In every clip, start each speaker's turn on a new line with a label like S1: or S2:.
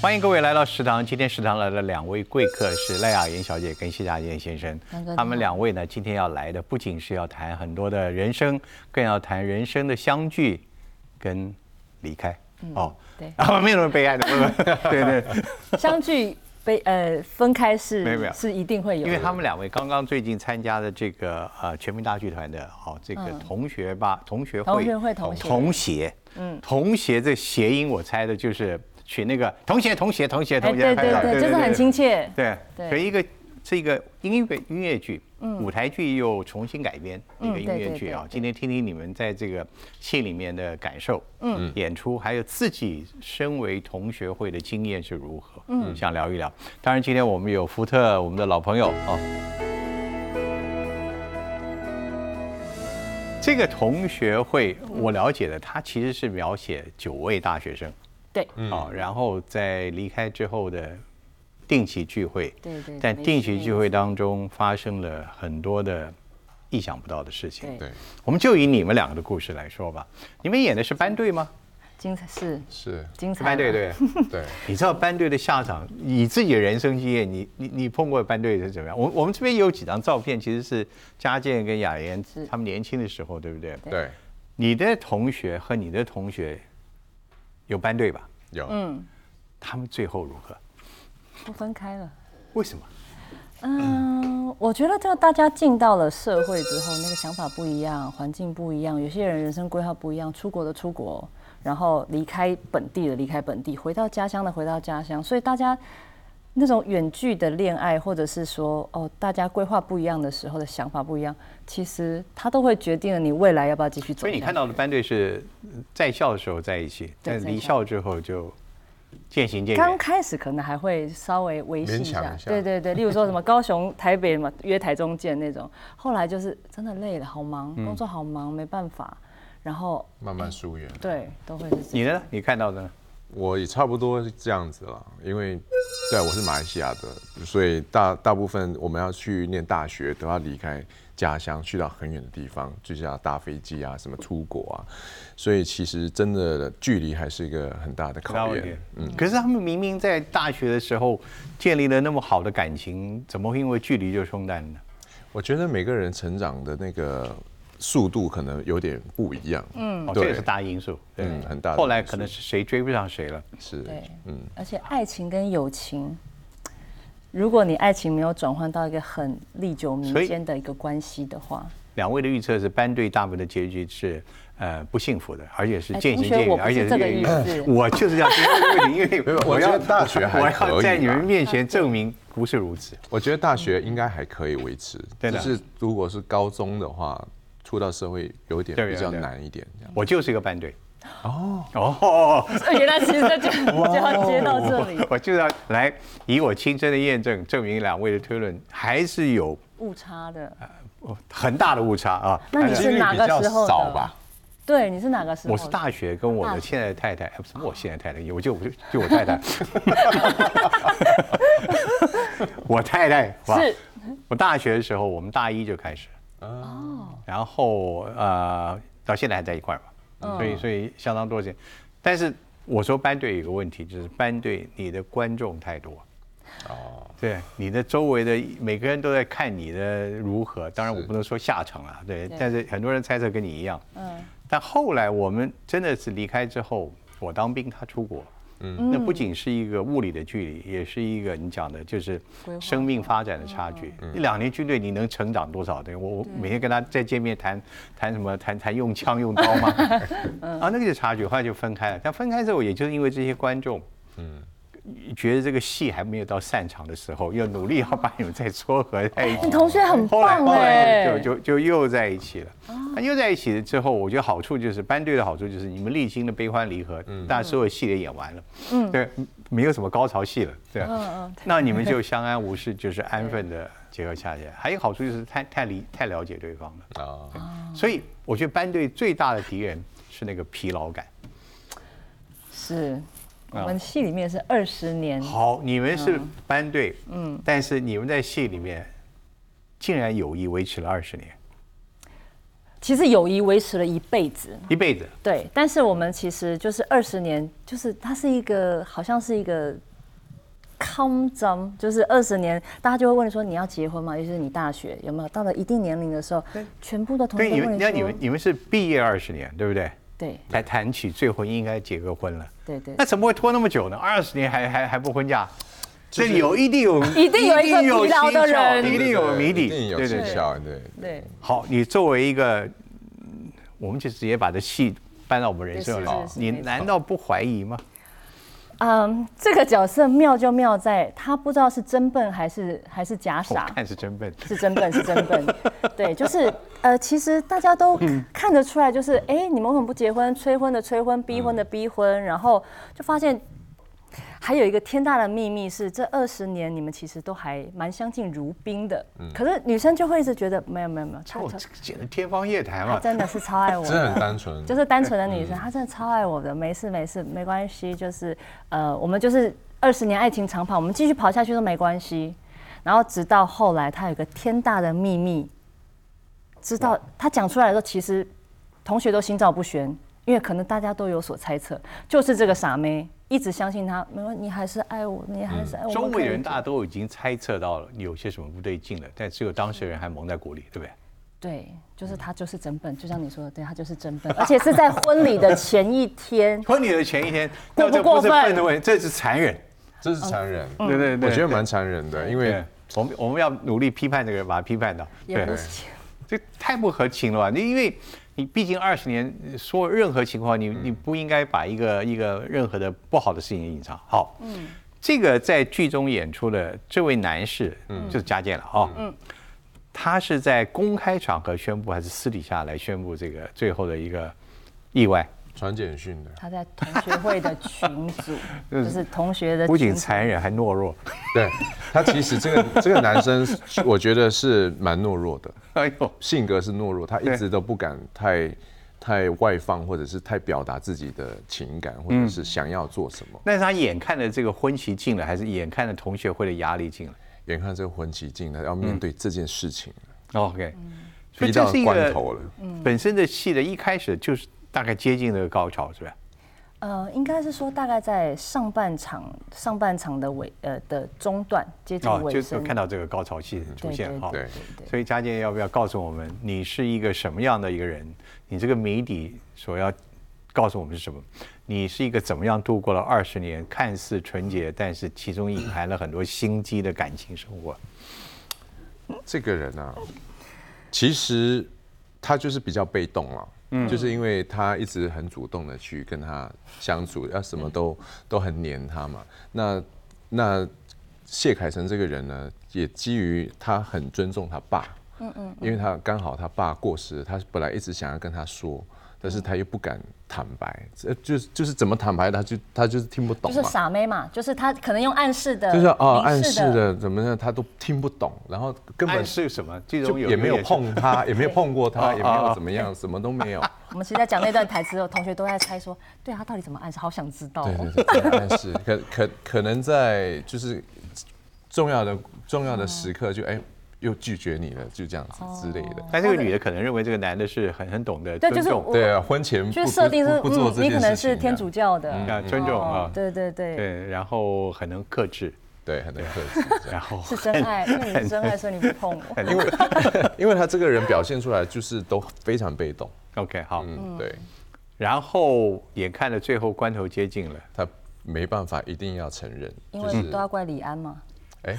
S1: 欢迎各位来到食堂。今天食堂来了两位贵客，是赖雅妍小姐跟谢家燕先生
S2: 南哥你。
S1: 他
S2: 好
S1: 们两位呢，今天要来的不仅是要谈很多的人生，更要谈人生的相聚跟离开。哦，
S2: 对
S1: 啊，没有什么悲哀的，不不对对，
S2: 相聚被呃分开是
S1: 没有没有
S2: 是一定会有
S1: 因
S2: 的，
S1: 为他们两位刚刚最近参加的这个呃全民大剧团的哦这个同学吧、同学会
S2: 同学会同学
S1: 同协嗯同协这谐音我猜的就是取那个同学同学同学
S2: 哎
S1: 同学
S2: 对对对，就是很亲切，
S1: 对
S2: 对
S1: 所以一个这个音乐音乐剧舞台剧又重新改编一个
S2: 嗯
S1: 音
S2: 对
S1: 乐
S2: 对
S1: 剧
S2: 对
S1: 啊
S2: 对，
S1: 今天听听你们在这个戏里面的感受，嗯，演出还有自己身为同学会的经验是如何，嗯，想聊一聊。当然，今天我们有福特，我们的老朋友哦。这个同学会，我了解的，它其实是描写九位大学生，
S2: 对
S1: 哦，然后在离开之后的定期聚会，
S2: 对对
S1: 在嗯
S2: 没
S1: 定
S2: 错
S1: 期聚会当中发生了很多的意想不到的事情。
S2: 对
S3: 对，
S1: 我们就以你们两个的故事来说吧，你们演的是班队吗？
S2: 精彩是
S3: 是，
S2: 精
S1: 是
S2: 彩，哦
S1: 班队，哎对。
S3: 对，
S1: 你知道班队的下场，以自己的人生经验，你你你碰过的班队是怎么样？我我们这边有几张照片，其实是嘉健跟雅妍
S2: 是
S1: 他们年轻的时候，对不对？
S3: 对，
S1: 你的同学和你的同学有班队吧？
S3: 有，
S1: 他们最后如何？
S2: 不分开了。
S1: 为什么？
S2: 嗯，我觉得这个大家进到了社会之后，那个想法不一样，环境不一样，有些人人生规划不一样，出国的出国，然后离开本地的离开本地，回到家乡的回到家乡，所以大家那种远距的恋爱，或者是说哦，大家规划不一样的时候的想法不一样，其实它都会决定了你未来要不要继续走
S1: 所
S2: 下去。
S1: 以你看到的班队是呃在校的时候在一起，
S2: 对
S1: 但
S2: 在
S1: 离
S2: 校
S1: 校之后就渐行渐
S2: 刚
S1: 远。
S2: 开始可能还会稍微维系一
S3: 勉
S2: 下
S3: 强一，下
S2: 对对对，例如说什么 高雄、台北什么约台中见那种，后来就是真的累了，好忙，工作好忙，没办法，然后
S3: 慢慢疏远。
S2: 对都会是这
S1: 你
S2: 样，
S1: 呢？你看到的呢？
S3: 我也差不多是这样子了，因为对我是马来西亚的，所以大大部分我们要去念大学都要离开家乡，去到很远的地方，就是要搭飞机啊，什么出国啊，所以其实真的距离还是一个很大的考验。
S1: 嗯，可是他们明明在大学的时候建立了那么好的感情，怎么会因为距离就冲淡呢？
S3: 我觉得每个人成长的那个速度可能有点不一样，嗯
S1: 哦，这
S3: 对
S1: 也是大因素。对
S3: 嗯很大的
S1: 后来
S3: 因素
S1: 可能是谁追不上谁了。
S3: 是，
S2: 对，
S3: 嗯，
S2: 而且爱情跟友情，如果你爱情没有转换到一个很历久弥
S1: 所以
S2: 坚的一个关系的话，
S1: 两位的预测是班队大部分的结局是呃不幸福的，而且是
S2: 哎
S1: 渐
S2: 同
S1: 行
S2: 学
S1: 渐远，
S2: 我不
S1: 而且
S2: 是这个
S1: 越
S2: 意
S1: 越
S2: 思
S1: 我就是要提出这个问题，因
S3: 没
S1: 为
S3: 有我
S1: 我
S3: 觉
S1: 要
S3: 得大学 还
S1: 我
S3: 可
S1: 要
S3: 以啊
S1: 在你们
S3: 吧
S1: 面前证明不是如此。
S3: 我觉得大学应该还可以维持，
S1: 对的
S3: 就是如果是高中的话，出到社会有一点
S1: 对
S3: 比较
S1: 对对
S3: 难一点这样。
S1: 我就是一个班队。哦哦，
S2: 呃原来其实这就就要接到这里
S1: 我就是要来以我亲身的验证，证明两位的推论还是有呃
S2: 误差的，很
S1: 很大的误差啊。
S2: 那你
S3: 几
S2: 是
S3: 率
S2: 哪
S3: 比
S2: 个
S3: 较
S2: 时候
S3: 少
S2: 的？
S3: 吧？
S2: 对，你是哪个时候？啊
S1: 我是大学跟我的现在的太太，哎不是我现在太太，我就我就就我太 太，我太太哇
S2: 是
S1: 我大学的时候，我们大一就开始，哦，然后呃，到现在还在一块儿
S2: 嗯
S1: 嘛，所以所以相当多时间。但是我说班队有个问题，就是班队你的观众太多，
S3: 哦，
S1: 对，你的周围的每个人都在看你的如何。当然，我不能说下场啊，对，
S2: 对
S1: 但是很多人猜测跟你一样。
S2: 嗯，
S1: 但后来我们真的是离开之后，我当兵，他出国，嗯，那不仅是一个物理的距离，也是一个你讲的就是
S2: 规划
S1: 生命发展的差距。一两年军队你能成长多少？对我我每天跟他再见面谈谈什么？谈谈用枪用刀吗？啊，那个就差距，后来就分开了。但分开之后，也就是因为这些观众。觉得这个戏还没有到擅长的时候，又努力要把你们再撮合在一起。
S2: 你同学 很
S1: 后来
S2: 棒
S1: 后
S2: 哎、
S1: 来就就就又在一起了。那又在一起了之后，我觉得好处就是班队的好处就是你们历经了悲欢离合，大家所有戏也演完了，嗯，对，没有什么高潮戏了，对，嗯嗯，那你们就相安无事，就是安分的结合下来。还有好处就是太太理太了解对方了，
S3: 啊，
S1: 所以我觉得班队最大的敌人是那个疲劳感。
S2: 是，我
S1: 啊
S2: 们戏里面是二十年，
S1: 好，你们是班队，嗯，但是你们在戏里面竟然友谊维持了二十年，
S2: 其实友谊维持了一辈子，
S1: 一辈子。
S2: 对。但是我们其实就是二十年，就是它是一个好像是一个通针，就是二十年，大家就会问说你要结婚吗？尤其是你大学有没有到了一定年龄的时候，全部的同
S1: 对，
S2: 学都
S1: 你
S2: 问
S1: 们
S2: 你
S1: 那你
S2: 说
S1: 们，你们是毕业二十年，对不对？
S2: 对
S1: 才谈起最后应该结个婚了。
S2: 对对
S1: 那，怎么会拖那么久呢？二十年还还还不婚嫁？这里有一定有
S2: 一定有一个疲劳的人
S1: 一定有谜底，
S3: 一定有
S1: 对对
S3: 技
S1: 对。
S3: 巧，对。
S2: 对
S1: 好，你作为一个，嗯我们就直接把这戏搬到我们人生
S2: 对
S1: 来
S2: 是，是是
S1: 你
S2: 没错
S1: 难道不怀疑吗？
S2: 嗯，这个角色妙就妙在他不知道是真笨还是还是啊假
S1: 我
S2: 傻，
S1: 看是真笨。
S2: 是真笨，是真笨。对，就是呃，其实大家都
S3: 嗯
S2: 看得出来，就是哎、诶你们为什么不结婚？催婚的催婚，逼婚的
S3: 嗯
S2: 逼婚，然后就发现还有一个天大的秘密是，这二十年你们其实都还蛮相敬如宾的。
S3: 嗯
S2: 可是女生就会一直觉得没有没有没有，他
S1: 哦，
S2: 他
S1: 这个简直天方夜谭啊
S2: 他
S1: 嘛！
S2: 真的是超爱我
S3: 真的很
S2: 的。
S3: 单纯，
S2: 就是单纯的女
S1: 嗯
S2: 生，她真的超爱我的，没事没事，没关系，就是呃，我们就是二十年爱情长跑，我们继续跑下去都没关系。然后直到后来，她有个天大的秘密，知道她讲出来的时候，其实同学都心照不宣，因为可能大家都有所猜测，就是这个傻妹一直相信她，没有你还是爱我，你还是爱我。
S1: 周
S2: 我们可
S1: 围
S2: 以
S1: 人大家都已经猜测到了有些什么不对劲了，但只有当事人还蒙在鼓里，对不对？
S2: 对，就是她就是真笨，就像你说的，对她就是真笨，而且是在婚礼的前一天。
S1: 婚礼的前一天，
S2: 过不
S1: 那这
S2: 过
S1: 不是
S2: 分
S1: 笨的问题，这是残忍。
S3: 这是残忍，
S1: 嗯对对对，
S3: 我觉得蛮残忍的，因为
S1: 对。我们我们要努力批判这个人，把他批判到。
S2: 也
S1: 对
S2: 不，是
S1: 这太不合情了吧？你因为你毕竟二十年，说任何情况，你你不应该把一个一个任何的不好的事情隐藏。好，嗯，这个在剧中演出的这位男士，嗯，就是嘉健了啊，嗯，他是在公开场合宣布，还是私底下来宣布这个最后的一个意外？
S3: 传简讯的，
S2: 他在同学会的群组，就是同学的
S1: 不
S2: 群
S1: 仅
S2: 组
S1: 残忍，还懦弱。
S3: 对他其实这个 这个男生，我觉得是蛮懦弱的，
S1: 哎呦，
S3: 性格是懦弱，他一直都不敢太太外放，或者是太表达自己的情感，或者是想要做什么。
S1: 那是他眼看着这个婚期近了，还是眼看着同学会的压力近了？
S3: 眼看这个婚期近了，要面对这件事情，
S1: OK，所以嗯
S3: 逼
S1: 这
S3: 到
S1: 是一
S3: 关
S1: 个嗯
S3: 头了。
S1: 本身的戏的一开始就是大概接近这个高潮，是吧？
S2: 呃，应该是说大概在上半场上半场的尾呃的中段接近
S1: 啊哦就
S2: 尾
S1: 就
S2: 声，
S1: 看到这个高潮戏出现哈。
S3: 对
S2: 对
S1: 所以佳健要不要告诉我们，你是一个什么样的一个人？你这个谜底所要告诉我们是什么？你是一个怎么样度过了二十年看似纯洁，但是其中隐含了很多心机的感情生活？
S3: 这个人啊，其实他就是比较被动了。就是因为他一直很主动的去跟他相处，要什么都都很黏他嘛。那那谢凯成这个人呢，也基于他很尊重他爸，嗯嗯，因为他刚好他爸过世了，他本来一直想要跟他说，但是他又不敢坦白，这就是就是怎么坦白，他就他就是听不懂
S2: 就
S3: 嘛
S2: 是。傻妹嘛，就是她可能用暗示的，
S3: 就是哦，暗
S2: 明
S3: 示的怎么样，他都听不懂，然后根本
S1: 暗示什么？剧
S3: 就
S1: 中有一
S3: 也
S1: 个
S3: 没有
S1: 是
S3: 碰他，也没有碰过
S1: 哦
S3: 他，也没有怎么样，什么都没有。
S2: 我们其实在讲那段台词的时候，同学都在猜说，对啊，她到底怎么暗示？好想知道、哦。
S3: 对对对，但是可可可能在就是重要的重要的时刻就哎又拒绝你了，就这样
S2: 哦
S3: 子之类的。
S1: 但这个女的可能认为这个男的是很很懂得
S2: 对
S1: 尊
S2: 就是
S1: 重
S2: 我
S3: 对啊，婚前
S2: 就
S3: 不
S2: 是设定是，
S3: 不不做
S2: 嗯，
S3: 这件事情
S2: 你
S3: 的
S2: 可能是天主教的，哦
S1: 啊，尊重啊，
S2: 对对对，
S1: 对，然后很能克制，
S3: 对很多克制这样
S1: 然后
S2: 是真爱，因为你是真爱，所以你不碰我。
S3: 因为因为他这个人表现出来就是都非常被动，
S1: OK 好，
S3: 嗯，对
S1: 然后眼看着最后关头接近了，
S3: 他没办法一定要承认，
S2: 因
S3: 就
S2: 为
S3: 是
S2: 都要怪李安嘛，
S3: 哎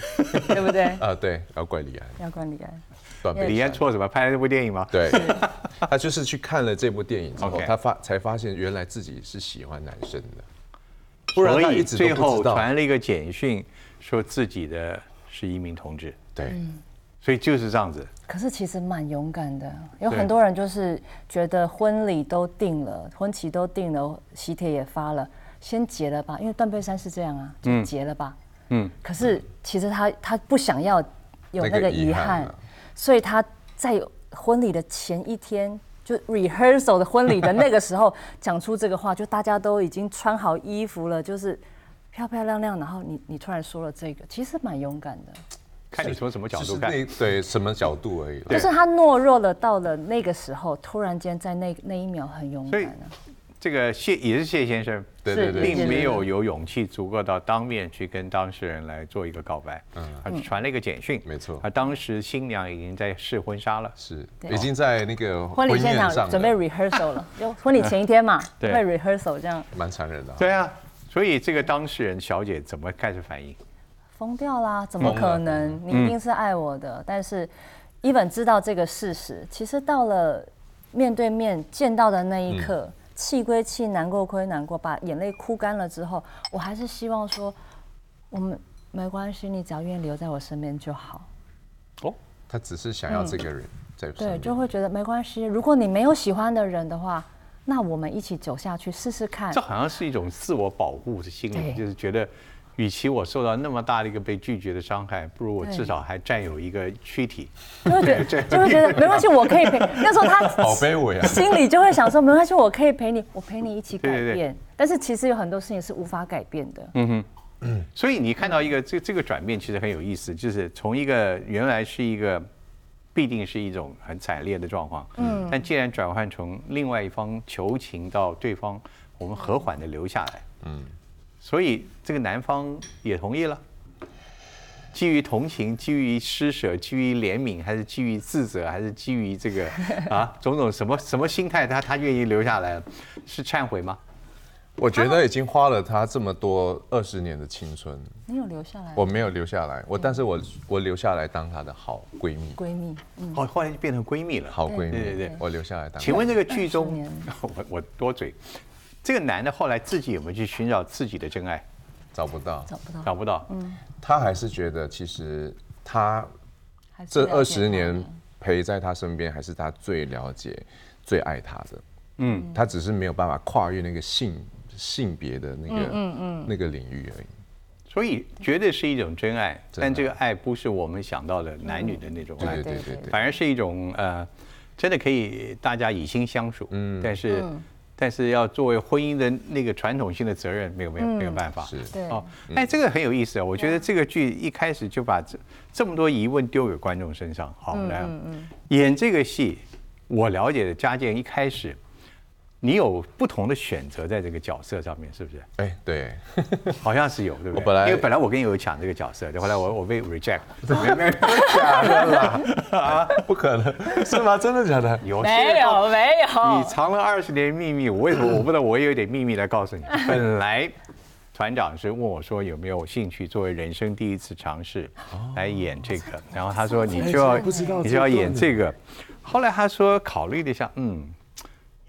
S2: 对不对？
S3: 啊对，要怪李安，
S2: 要怪李安。
S3: 断背
S1: 李安
S3: 山
S1: 错什么？拍了这部电影吗？
S3: 对，他就是去看了这部电影之后，
S1: OK
S3: 他发才发现原来自己是喜欢男生的，不然
S1: 所
S3: 他
S1: 以
S3: 一直都
S1: 最
S3: 不
S1: 后
S3: 知道。
S1: 传了一个简讯，说自己的是一名同志，
S3: 对，
S1: 嗯所以就是这样子。
S2: 可是其实蛮勇敢的，有
S1: 对
S2: 很多人就是觉得婚礼都定了，婚期都定了，喜帖也发了，先结了吧，因为断背山是这样啊，就结了吧。嗯。可是其实他他不想要有那
S3: 那个
S2: 个
S3: 遗
S2: 遗
S3: 憾
S2: 憾，
S3: 啊
S2: 所以他在婚礼的前一天。就 rehearsal 的婚礼的那个时候讲出这个话，就大家都已经穿好衣服了，就是漂漂亮亮，然后你你突然说了这个，其实蛮勇敢的。
S1: 看你从什么角
S3: 就是
S1: 度看，
S3: 那对什么角度而已啦。
S2: 就是他懦弱了，到了那个时候，突然间在那那一秒很勇
S1: 所
S2: 敢
S1: 以
S2: 啊。
S1: 这个谢也是谢先生，
S3: 对对对，
S1: 并没有有勇气足够到当面去跟当事人来做一个告白，嗯，他只传了一个简讯，
S3: 没错
S1: 而当时新娘已经在试婚纱了，
S3: 是
S2: 对
S3: 已经在那个
S2: 婚礼
S3: 宴
S2: 现
S3: 上
S2: 场准备
S3: 了
S2: rehearsal 了，就婚礼前一天嘛，
S1: 对
S2: 会 rehearsal 这样
S3: 蛮残忍的啊。
S1: 对啊，所以这个当事人小姐怎么开始反应？
S2: 疯掉啦，怎么可能？你一定是爱我的。但是，even 知道这个事实，其实到了面对面见到的那一刻，气归气，难过归难过，把眼泪哭干了之后，我还是希望说，我们没关系，你只要愿意留在我身边就好。
S1: 哦，
S3: 他只是想要这个人在身
S2: 嗯对，
S3: 边
S2: 就会觉得没关系。如果你没有喜欢的人的话，那我们一起走下去试试看
S1: 这。好像是一种自我保护的心理，
S2: 对
S1: 就是觉得，与其我受到那么大的一个被拒绝的伤害，不如我
S2: 对
S1: 至少还占有一个躯体。
S2: 就会觉得，就会觉得没关系，我可以陪。那时候 他！
S3: 好卑微 啊
S2: 心里就会想说，没关系，我可以陪你，我陪你一起改
S1: 对对对嗯
S2: 变。但是其实有很多事情是无法改变的。
S1: 所以你看到一个这这个转变其实很有意思，就是从一个原来是一个必定是一种很惨烈的状况，嗯，但既然转换成另外一方求情到对方，我们和缓的留下来，嗯，所以这个男方也同意了。基于同情，基于施舍，基于怜悯，还是基于自责，还是基于这个啊种种什么什么心态他，他愿意留下来了，是忏悔吗？
S3: 我觉得已经花了他这么多二十年的青春，
S2: 你有留下来
S3: 我没有留下来，
S2: 嗯
S3: 我但是我我留下来当她的好闺蜜，
S2: 闺蜜？
S1: 哦，后来就变成闺蜜了。
S3: 好闺蜜，
S1: 对对对
S3: 我留下来当。
S1: 请问这个剧中
S2: 年，
S1: 我我多嘴，这个男的后来自己有没有去寻找自己的真爱？
S3: 找不到，
S2: 找不到，
S1: 找不到，
S3: 嗯他还是觉得其实他
S2: 还是
S3: 这
S2: 了解
S3: 二十
S2: 他
S3: 年陪在他身边，还是他最了解、最爱他的。嗯，他只是没有办法跨越那个性性别的那个
S2: 嗯
S3: 那个领域而已。
S1: 所以绝对是一种真爱，
S3: 真爱
S1: 但这个爱不是我们想到的男女的那种爱
S3: 对，
S2: 对
S3: 对
S2: 对
S3: 对对，
S1: 反而是一种呃，真的可以大家以心相属，嗯，但是但是要作为婚姻的那个传统性的责任，没有没有没有办法，
S3: 是
S2: 嗯
S3: 嗯
S2: 对
S1: 哦，哎，这个很有意思啊！我觉得这个剧一开始就把这这么多疑问丢给观众身上。好，来
S2: 嗯
S1: 啊，演这个戏，我了解的嘉健一开始，你有不同的选择在这个角色上面，是不是？
S3: 哎、对，
S1: 好像是有，对不对？
S3: 我本来
S1: 因为本来我跟你有抢这个角色，对后来我我被 reject，
S3: 不可能是吗？真的假的？
S1: 有
S2: 没有没
S1: 你
S2: 有，
S1: 藏了二十年秘密，我为什么我不知道？我也有点秘密来告诉 你。本来船长是问我说有没有兴趣作为人生第一次尝试来演这
S3: 哦
S1: 个，然后他说你就要
S3: 哎不知道
S1: 你就要演这个。后来他说考虑了一下，嗯。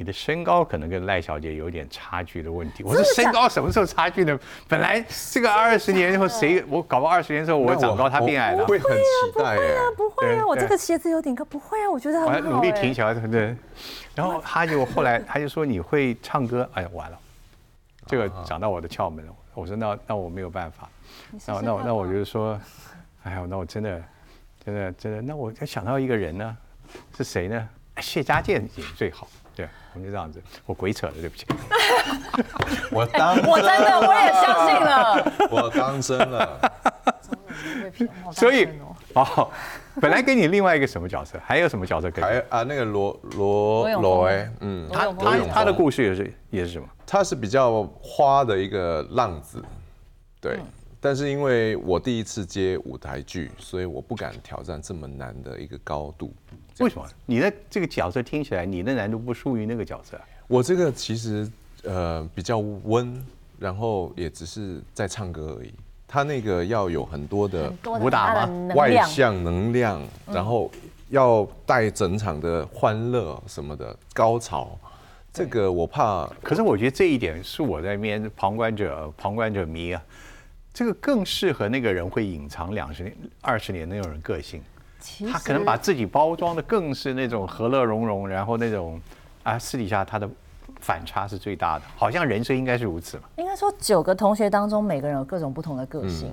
S1: 你的身高可能跟赖小姐有点差距的问题。我说身高什么时候差距呢？本来这个二十年后谁我搞不好二十年之后 我长高，她变矮了
S3: 我。会很期待耶。
S2: 不会
S1: 对
S2: 啊，我这
S1: 对
S2: 个鞋子有点高，不会啊，我觉得
S1: 我还
S2: 很好。
S1: 努力挺起来，对不对？然后他就后来他就说你会唱歌，哎呀，完了，这个讲到我的窍门了。我说那那我没有办法，那哦我那我那我就是说，哎呀，那我真的真的真的，那我就想到一个人呢，是谁呢？哎谢家健演最好，对，我们就这样子，我鬼扯了，对不起。
S3: 我当真
S2: 啊我真的我也相信了，
S3: 我当真了。
S1: 所以哦，本来跟你另外一个什么角色，还有什么角色跟
S3: 还
S1: 你？
S3: 有啊，那个罗罗
S2: 罗永
S3: 罗
S2: 峰
S3: 哎，嗯，
S1: 他
S2: 罗
S1: 他
S2: 永
S1: 他的故事也是也是什么？
S3: 他是比较花的一个浪子，对。但是因为我第一次接舞台剧，所以我不敢挑战这么难的一个高度。
S1: 为什么你的这个角色听起来你的难度不输于那个角色啊？
S3: 我这个其实呃比较温，然后也只是在唱歌而已。他那个要有很多的
S1: 武打吗
S3: 外
S2: 量。
S3: 向能量，然后要带整场的欢乐什么的高潮，这个我怕
S1: 可是我觉得这一点是我在面旁观者、旁观者迷啊，这个更适合那个人会隐藏两十年、二十年那种人个性，
S2: 其实
S1: 他可能把自己包装的更是那种和乐融融，然后那种啊私底下他的反差是最大的，好像人生应该是如此嘛。
S2: 应该说九个同学当中，每个人有各种不同的个性。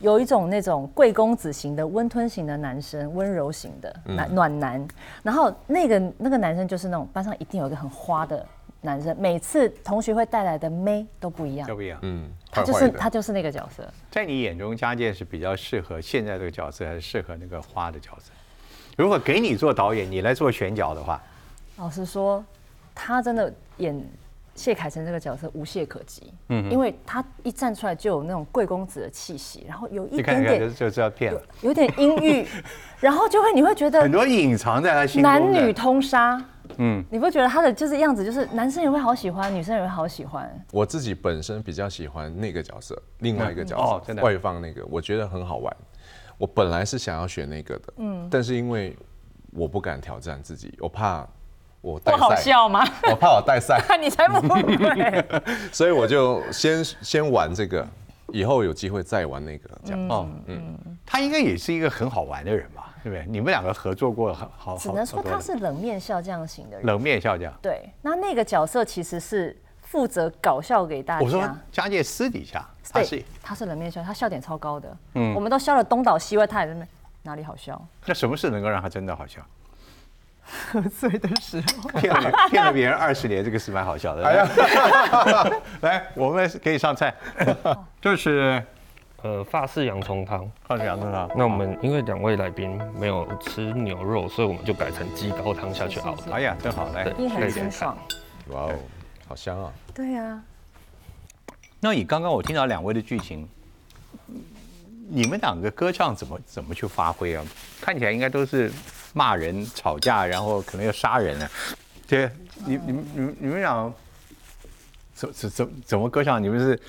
S2: 有一种那种贵公子型的温吞型的男生，温柔型的暖暖男，然后那个那个男生就是那种班上一定有一个很花的男生，每次同学会带来的妹都不一样
S1: 要，不要？
S3: 嗯
S2: 他
S3: 坏
S2: 就
S3: 坏
S2: 是
S3: 的。
S2: 他就是那个角色。
S1: 在你眼中，家健是比较适合现在这个角色，还是适合那个花的角色？如果给你做导演，你来做选角的话，
S2: 老实说，他真的演谢凯成这个角色无懈可击，嗯，因为他一站出来就有那种贵公子的气息，然后有一
S1: 一看
S2: 点
S1: 看就
S2: 点
S1: 是就知道骗了，
S2: 有点阴 郁，然后就会你会觉得
S1: 很多隐藏在他心中
S2: 男
S1: 的
S2: 女通杀，嗯，你不觉得他的就是样子，就是男生也会好喜欢，女生也会好喜欢，
S3: 我自己本身比较喜欢那个角色，另外一个角
S1: 哦
S3: 色、
S1: 真的
S3: 外放那个，我觉得很好玩。我本来是想要选那个的，嗯，但是因为我不敢挑战自己，我怕我带
S2: 不好
S3: 赛，
S2: 笑吗？
S3: 我怕我带赛，
S2: 你才不会，
S3: 所以我就先先玩这个，以后有机会再玩那个，这样。
S1: 哦，嗯，他应该也是一个很好玩的人吧，对不对？你们两个合作过好，好好，
S2: 只能说
S1: 好多
S2: 他
S1: 人
S2: 是冷面笑匠型的人。
S1: 冷面笑匠。
S2: 对，那那个角色其实是负责搞笑给大家。
S1: 我说佳界私底下他
S2: 对，
S1: 是
S2: 他是冷面笑，他笑点超高的。嗯，我们都笑了东倒西歪，他也在那边哪里好笑？
S1: 那什么事能够让他真的好笑？
S2: 喝 醉的时 候，哎
S1: 骗了别骗了别人二十年，这个是蛮好笑的。来 来，我们可以上菜， 这是哦
S4: 呃，法式洋葱汤。
S1: 放凉的了。
S4: 那我们因为两位来宾没有吃牛肉，所以我们就改成鸡高汤下去熬
S2: 是是
S4: 的。
S2: 是
S1: 哎呀，正好来
S4: 对。
S2: 一定
S4: 可
S2: 很
S4: 以可以
S2: 清爽。
S3: 哇哦，好香啊！
S2: 对啊，
S1: 那以刚刚我听到两位的剧情，你们两个歌唱怎么怎么去发挥啊？看起来应该都是骂人、吵架，然后可能要杀人啊。对，你你们你们你们俩怎怎怎怎么歌唱？你们是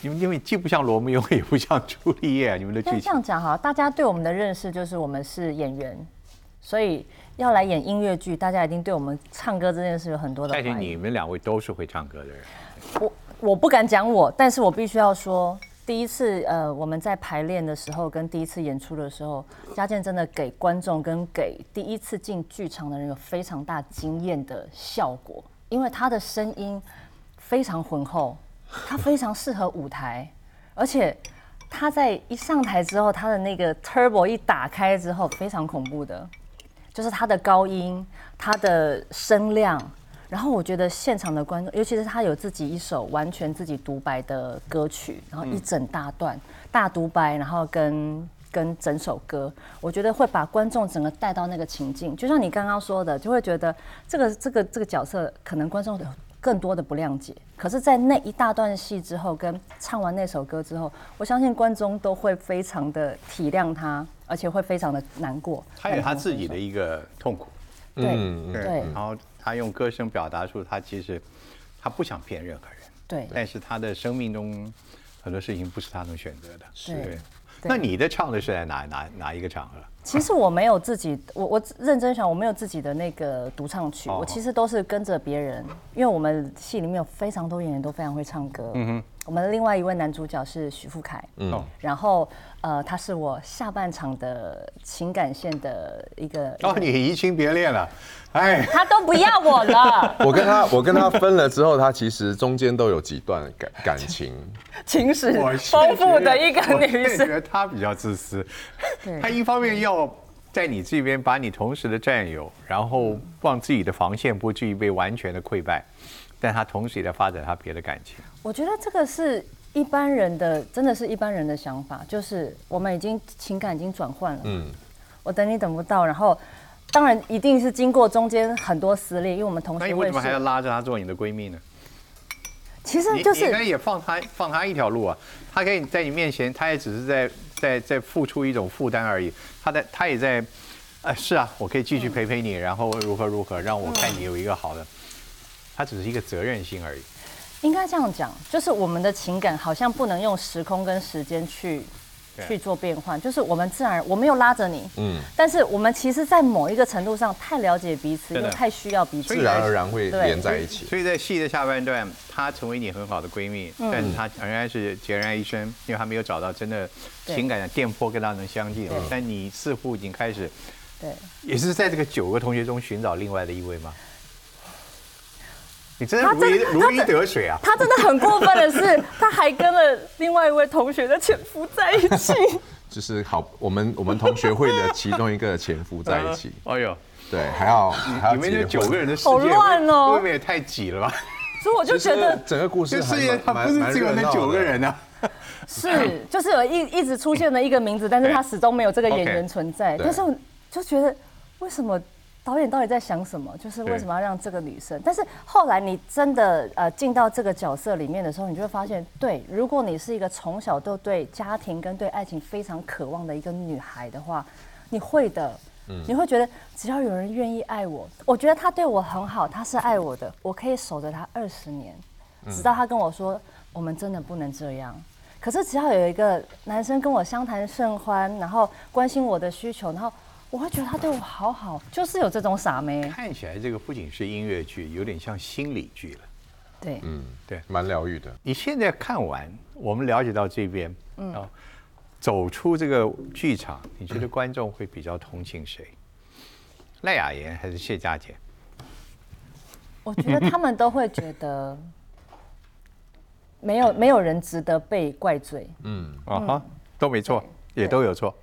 S1: 你们因为既不像罗密欧，也不像朱丽叶啊，你们的剧
S2: 要这
S1: 情
S2: 样讲哈，大家对我们的认识就是我们是演员，所以要来演音乐剧，大家一定对我们唱歌这件事有很多的怀
S1: 但是
S2: 疑
S1: 你。们两位都是会唱歌的人，
S2: 我呃我不敢讲我，但是我必须要说，第一次呃我们在排练的时候跟第一次演出的时候，嘉健真的给观众跟给第一次进剧场的人有非常大惊艳的效果，因为他的声音非常浑厚，他非常适合舞台，而且。他在一上台之后，他的那个 turbo 一打开之后，非常恐怖的。就是他的高音，他的声量。然后我觉得现场的观众，尤其是他有自己一首完全自己独白的歌曲，
S1: 嗯
S2: 然后一整大段、大独白，然后跟跟整首歌，我觉得会把观众整个带到那个情境。就像你刚刚说的，就会觉得这个这个这个角色可能观众有更多的不谅解，可是，在那一大段戏之后，跟唱完那首歌之后，我相信观众都会非常的体谅他，而且会非常的难过。
S1: 他有他自己的一个痛苦。
S2: 对、
S1: 嗯
S2: 对
S1: 然后他用歌声表达出他其实他不想骗任何人。
S2: 对
S1: 但是他的生命中很多事情不是他能选择的。
S2: 对
S1: 对
S2: 对
S1: 那你的唱的是在哪哪哪一个场合？
S2: 其实我没有自己，我我认真想，我没有自己的那个独唱曲，
S1: 哦
S2: 我其实都是跟着别人，因为我们戏里面有非常多演员都非常会唱歌。嗯哼，我们另外一位男主角是许富凯，嗯
S1: 哦，
S2: 然后呃，他是我下半场的情感线的一个，
S1: 哦，你移情别恋了， 哎，
S2: 他都不要 我了，
S3: 我跟他，我跟他分了之后，他其实中间都有几段感感情，
S2: 情史
S1: 我是
S2: 丰富
S1: 觉得
S2: 的一个女
S1: 我是觉
S2: 生。
S1: 得他比较自私
S2: 对，
S1: 他一方面要在你这边把你同时的占有，然后让自己的防线不至于被完全的溃败，但他同时也在发展他别的感情。
S2: 我觉得这个是一般人的，真的是一般人的想法，就是我们已经情感已经转换了，嗯，我等你等不到，然后当然一定是经过中间很多撕裂，因为我们同
S1: 那你
S2: 学
S1: 为
S2: 会
S1: 什么还要
S2: 是，
S1: 拉着他做你的闺蜜呢？
S2: 其实
S1: 你
S2: 就
S1: 你应该
S2: 是
S1: 也放他放他一条路啊，他可以在你面前，他也只是在在在付出一种负担而已，他在他也在，呃，是啊，我可以继
S2: 嗯
S1: 续陪陪你，然后如何如何，让我看你有一个好的，他只是一个责任心而已。
S2: 应该这样讲，就是我们的情感好像不能用时空跟时间去。
S1: 对
S2: 去做变换，就是我们自然而我没有拉着你，嗯，但是我们其实，在某一个程度上太了解彼此，
S1: 真
S2: 又
S1: 的
S2: 太需要彼此
S1: 所以
S3: 自
S2: 了，
S3: 然而然会连在一起。
S1: 所以在戏的下半段，她成为你很好的闺蜜，
S2: 嗯
S1: 但是她仍然是孑然一身，因为她没有找到真的
S2: 对
S1: 情感的电波跟她能相近。但你似乎已经开始，
S2: 对。
S1: 也是在这个九个同学中寻找另外的一位吗？你真的
S2: 他
S1: 如
S2: 真
S1: 鱼
S2: 的
S1: 如鱼得水啊！
S2: 他真的很过分的是，他还跟了另外一位同学的前夫在一起。
S3: 就是好，我们我们同学会的其中一个前夫在一起，
S1: 哎呦，
S3: 对，还要还要
S1: 你们这
S3: 结
S1: 九
S3: 婚
S1: 个人的世界
S2: 好乱哦
S1: 未免也太挤了吧？
S2: 所以我就觉得
S3: 其实整个 故
S1: 这
S3: 事
S1: 世
S3: 还
S1: 界
S3: 蛮
S1: 它不是只有那九个，人啊。
S2: 是，就是有一一直出现了一个名字，但是他始终没有这个演员存在。
S3: 对
S2: 但是我就觉得，为什么导演到底在想什么？就是为
S1: 对
S2: 什么要让这个女生？但是后来你真的呃进到这个角色里面的时候，你就会发现，对，如果你是一个从小都对家庭跟对爱情非常渴望的一个女孩的话，你会的。你会觉得只要有人愿意爱我，我觉得他对我很好，他是爱我的，我可以守着他二十年，直到他跟我说、我们真的不能这样。可是只要有一个男生跟我相谈甚欢，然后关心我的需求，然后我会觉得他对我好好，就是有这种傻妹。
S1: 看起来这个不仅是音乐剧，有点像心理剧了。
S2: 对，
S3: 蛮疗愈的。
S1: 你现在看完，我们了解到这边，嗯，走出这个剧场，你觉得观众会比较同情谁？赖雅妍还是谢佳姐？
S2: 我觉得他们都会觉得没有没有人值得被怪罪。
S1: 啊哈，都没错，也都有错。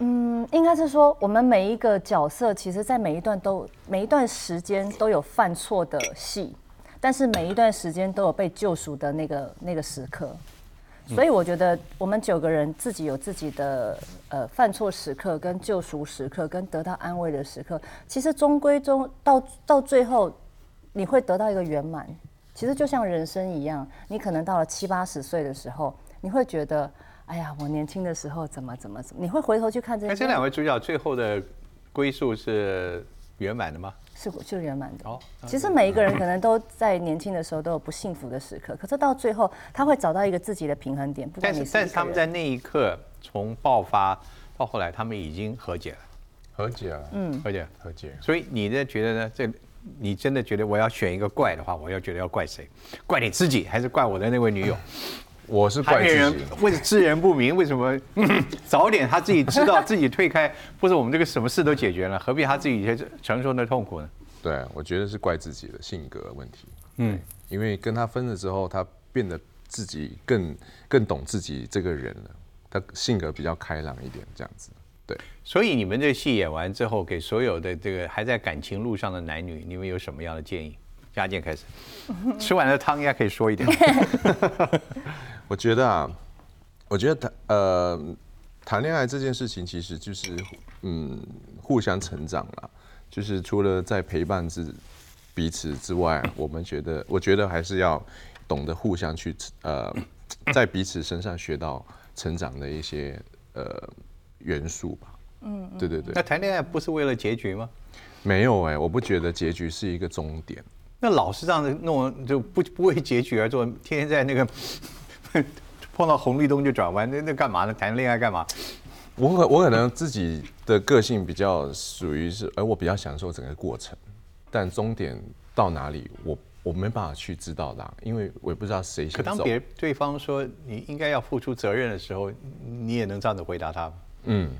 S2: 嗯，应该是说我们每一个角色，其实在每一段都每一段时间都有犯错的戏，但是每一段时间都有被救赎的那个那个时刻。所以我觉得我们九个人自己有自己的呃犯错时刻、跟救赎时刻、跟得到安慰的时刻。其实终归终到到最后，你会得到一个圆满。其实就像人生一样，你可能到了七八十岁的时候，你会觉得，哎呀，我年轻的时候怎么怎么怎么，你会回头去看这
S1: 那
S2: 些，
S1: 这哎两位主角最后的归宿是圆满的吗？
S2: 是是圆满的。
S1: 哦，
S2: 其实每一 个人可能都在年轻的时候都有不幸福的时刻，可是到最后他会找到一个自己的平衡点。不管
S1: 但
S2: 你
S1: 是
S2: 是
S1: 但
S2: 一
S1: 是
S2: 个
S1: 他们
S2: 人
S1: 在那一刻从爆发到后来，他们已经和解了，
S3: 和解了，嗯，
S1: 和解了。
S3: 和解。
S1: 所以你呢？觉得呢？这你真的觉得我要选一个怪的话，我要觉得要怪谁？怪你自己，还是怪我的那位女 友？
S3: 我是
S1: 还
S3: 怪
S1: 有
S3: 自
S1: 人
S3: 己，
S1: 为知人不明，为什 么早点他自己知道自己退开，或者我们这个什么事都解决了，何必他自己去承受那痛苦呢？
S3: 对我觉得是怪自己的性格问题。嗯，因为跟他分了之后，他变得自己更更懂自己这个人了，他性格比较开朗一点，这样子。对，
S1: 所以你们这戏演完之后，给所有的这个还在感情路上的男女，你们有什么样的建议？嘉健开始，吃完了汤应该可以说一点。
S3: 我觉得啊，我觉得谈呃谈恋爱这件事情，其实就是嗯互相成长啦。就是除了在陪伴之彼此之外，我们觉得我觉得还是要懂得互相去呃在彼此身上学到成长的一些呃元素吧。嗯，对对
S1: 那
S3: 对，
S1: 谈恋爱不是为了结局吗？
S3: 没有哎、我不觉得结局是一个终点。
S1: 那老是这样子弄，就不不为结局而做，天天在那个 碰到红绿灯就转弯，那那干嘛呢？谈恋爱干嘛？
S3: 我可我可能自己的个性比较属于是，哎、我比较享受整个过程，但终点到哪里，我我没办法去知道啦，因为我也不知道谁
S1: 可
S3: 先
S1: 当
S3: 走。
S1: 别对方说你应该要付出责任的时候，你也能这样子回答他吗？
S3: 嗯，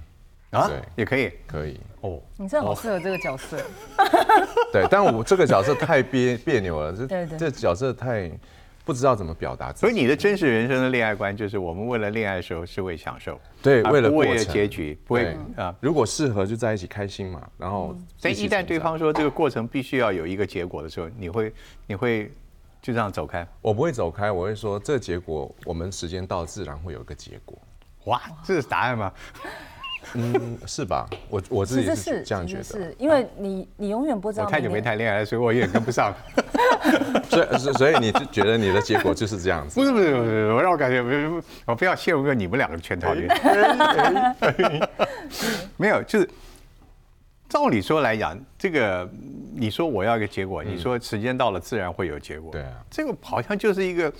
S1: 啊
S3: 对，
S1: 也可以
S3: 可以，
S1: 哦。
S2: 你真的好适合这个角色。
S3: 对， 但我这个角色太别别扭了，这
S2: 对对
S3: 这角色太不知道怎么表达自
S1: 所以
S3: 己。
S1: 你的真实人生的恋爱观就是，我们为了恋爱的时候是为享受，
S3: 对，
S1: 而
S3: 为了
S1: 啊不
S3: 过
S1: 为了
S3: 程
S1: 结局，不会
S3: 对
S1: 啊。
S3: 如果适合就在一起开心嘛，然后
S2: 嗯
S1: 但
S3: 起
S1: 一旦对
S3: 成长
S1: 方说这个过程必须要有一个结果的时候，你会你会就这样走开。
S3: 我不会走开，我会说这结果我们时间到自然会有一个结果，
S1: 哇，这是答案吗？
S3: 嗯，是吧？我我自
S2: 其
S3: 己
S2: 实
S3: 是
S2: 是，
S3: 这样觉
S2: 其
S3: 得
S2: 实。是因为你你永远不知
S1: 啊我
S2: 道。
S1: 太久没。谈恋爱了，所以我有点跟不上。
S3: 所以，所以所以你就觉得你的结果就是这样子
S1: 不。是不是不是，我让我感觉不是，不是我非要陷入个你们两个的圈套里。 没有，就是照理说来讲，这个你说我要一个结果，你说时间到了自然会有结果。
S3: 对啊
S1: 这个好像就是一个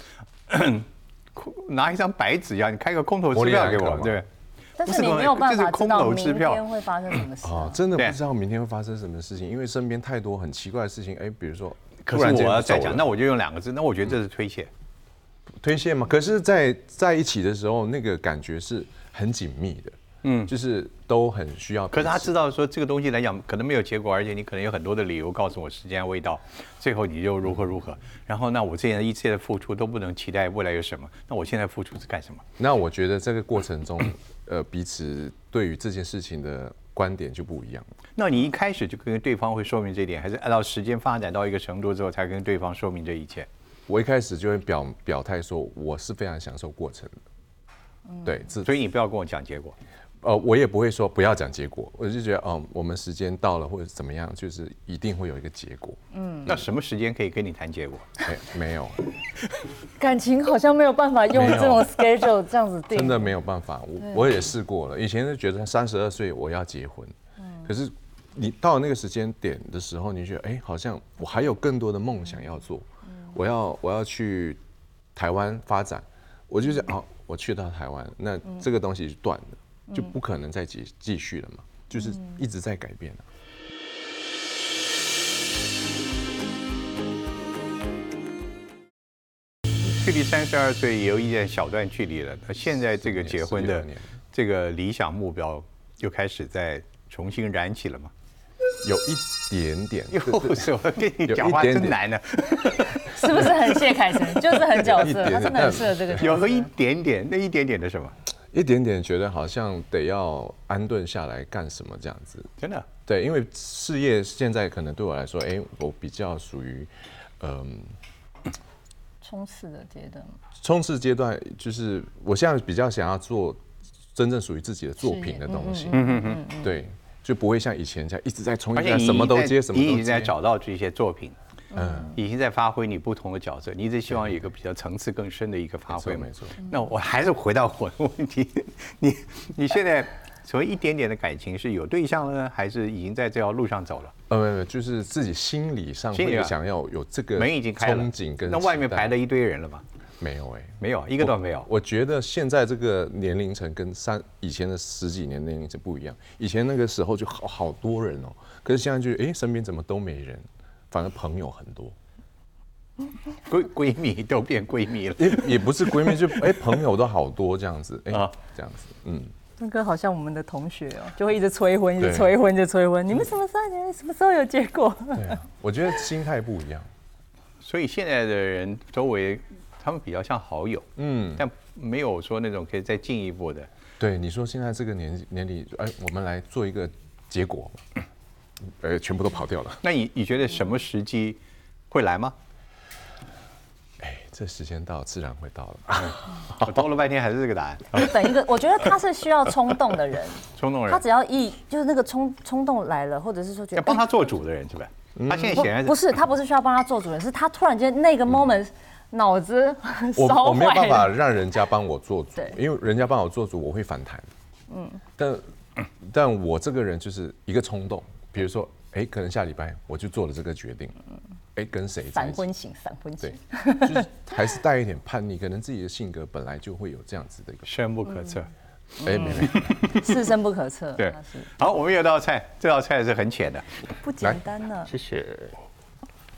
S1: 空拿一张白纸一样，你开个空头支票给
S3: 模棱两可
S1: 我
S3: 嘛，
S1: 对。
S2: 但
S1: 不是
S2: 是你
S1: 空
S2: 没有办
S1: 这是
S2: 法
S1: 空
S2: 知道
S1: 头
S2: 明
S1: 支票
S2: 天会发生什么事啊、
S3: 哦，真的
S1: 对
S3: 不知道明天会发生什么事情，因为身边太多很奇怪的事情。哎，比如说，
S1: 可
S3: 突然
S1: 是
S3: 间
S1: 我要
S3: 走
S1: 再
S3: 了
S1: 讲，那我就用两个字，那我觉得这是推卸。
S3: 推卸嘛。可是在，在一起的时候，那个感觉是很紧密的，嗯，就是都很需要彼
S1: 可
S3: 此。
S1: 是他知道说这个东西来讲可能没有结果，而且你可能有很多的理由告诉我时间未到，最后你又如何如何。然后那我之前一切的付出都不能期待未来有什么，那我现在付出是干什么？
S3: 那我觉得这个过程中， 呃，彼此对于这件事情的观点就不一样了。
S1: 那你一开始就跟对方会说明这一点，还是按照时间发展到一个程度之后才跟对方说明这一切？
S3: 我一开始就会表表态说，我是非常享受过程的。对，自
S1: 所以你不要跟我讲结果，
S3: 呃，我也不会说不要讲结果，我就觉得，嗯，我们时间到了或者怎么样，就是一定会有一个结果。
S1: 那什么时间可以跟你谈结果？
S3: 哎，没有，
S2: 感情好像没有办法用
S3: 没有
S2: 这种 schedule 这样子定，
S3: 真的没有办法。我我也试过了，以前就觉得三十二岁我要结婚，可是你到了那个时间点的时候，你就觉得，哎，好像我还有更多的梦想要做，我要我要去台湾发展，我就想，哦，我去到台湾，那这个东西就断了，就不可能再继继续了嘛，就是一直在改变啊。
S1: 距离三十二岁也有一点小段距离了。那现在这个结婚
S3: 四六
S1: 的
S3: 年
S1: 这个理想目标，又开始在重新燃起了吗？
S3: 有一点点，
S1: 又是我跟你
S3: 有一
S1: 讲话
S3: 点
S1: 真
S3: 点
S1: 难呢，
S2: 是不是很谢凯成？就是很 角
S3: 一
S2: 色，
S3: 点
S2: 他真的很适合这个角
S1: 有
S2: 色。
S1: 一点点，那一点点的什么？
S3: 一点点觉得好像得要安顿下来干什么这样子。
S1: 真的，
S3: 对，因为事业现在可能对我来说，哎、我比较属于，嗯、
S2: 冲刺的阶段，
S3: 冲刺阶段，就是我现在比较想要做真正属于自己的作品的东西。嗯嗯嗯，对，就不会像以前这样一直在冲，
S1: 而
S3: 一
S1: 且
S3: 直在
S1: 你
S3: 什么都
S1: 已经
S3: 接，
S1: 在
S3: 什么
S1: 你已
S3: 都
S1: 经在
S3: 接。
S1: 找到这些作品，嗯，已经在发挥你不同的角色，你一直希望有一个比较层次更深的一个发挥嘛
S3: 没错没
S1: 那我还是回到我的问题， 你你现在所谓一点点的感情是有对象了呢，还是已经在这条路上走了？
S3: 呃，没有没有，就是自己心理上
S1: 心里
S3: 会
S1: 啊
S3: 想要有这个
S1: 门已经开了，
S3: 憧憬跟
S1: 那外面
S3: 期待
S1: 排了一堆人了嘛？
S3: 没有哎、
S1: 没有，一个都没有。
S3: 我觉得现在这个年龄层跟三以前的十几年年龄层不一样，以前那个时候就好好多人哦，可是现在就哎、诶身边怎么都没人，反而朋友很多，
S1: 闺闺蜜都变闺 蜜了。
S3: 也也不是闺蜜，就哎、诶朋友都好多这样子，哎、
S1: 啊
S3: 这样子，嗯，
S2: 那个好像我们的同学哦，就会一直催婚，一直
S3: 对
S2: 催婚，一直催婚。你们什么时候？你们什么时候有结 果？
S3: 对啊，我觉得心态不一样，
S1: 所以现在的人周围，他们比较像好友，
S3: 嗯，
S1: 但没有说那种可以再进一步的。
S3: 对，你说现在这个年年龄，哎、我们来做一个结果，呃、全部都跑掉了，
S1: 那你你觉得什么时机会来 吗？
S3: 哎、这时间到自然会到了。
S1: 我兜了半天还是这个答案，
S2: 等一个，我觉得他是需要冲动的人，
S1: 冲动
S2: 他
S1: 人
S2: 只要一就是那个冲冲动来了，或者是说觉
S1: 要
S2: 得哎
S1: 帮他做主的人是吧？他现在显然
S2: 不不是他不是需要帮他做主人，是他突然间那个 moment 脑子
S3: 我
S2: 烧
S3: 我没有
S2: 坏
S3: 办法
S2: 了。
S3: 让人家帮我做主
S2: 对，
S3: 因为人家帮我做主，我会反弹。嗯，但但我这个人就是一个冲动，比如说，哎，可能下礼拜我就做了这个决定，
S2: 嗯
S3: 哎，跟谁在
S2: 闪
S3: 一
S2: 婚
S3: 起？
S2: 型，闪婚型
S3: 对。，就是还是带一点叛逆，可能自己的性格本来就会有这样子的一个，
S1: 深不可测。
S2: 嗯
S3: 哎，没没，
S2: 是深不可测。
S1: 对
S2: 那是，
S1: 好，我们有道菜，这道菜是很浅的。
S2: 不简单呢。
S4: 谢谢，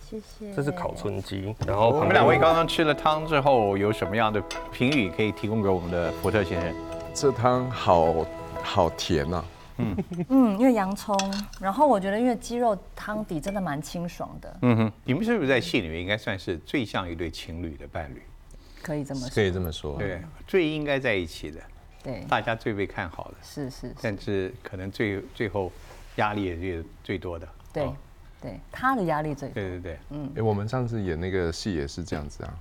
S2: 谢谢。
S4: 这是烤春鸡，然后
S1: 我
S4: 旁
S1: 们
S4: 边
S1: 两位刚刚吃了汤之后，有什么样的评语可以提供给我们的福特先生？
S3: 这汤好好甜啊呐、
S2: 嗯，因为洋葱，然后我觉得因为鸡肉汤底真的蛮清爽的，
S1: 嗯哼，你们是不是在戏里面应该算是最像一对情侣的伴侣？
S2: 可以这么说
S3: 可。以这么说。啊
S1: 对，最应该在一起的，
S2: 对，
S1: 大家最被看好的，
S2: 是是是，
S1: 但是可能最最后压力也最最多的。
S2: 对
S1: 哦
S2: 对，他的压力最大。
S1: 对对对，
S3: 哎，我们上次演那个戏也是这样子啊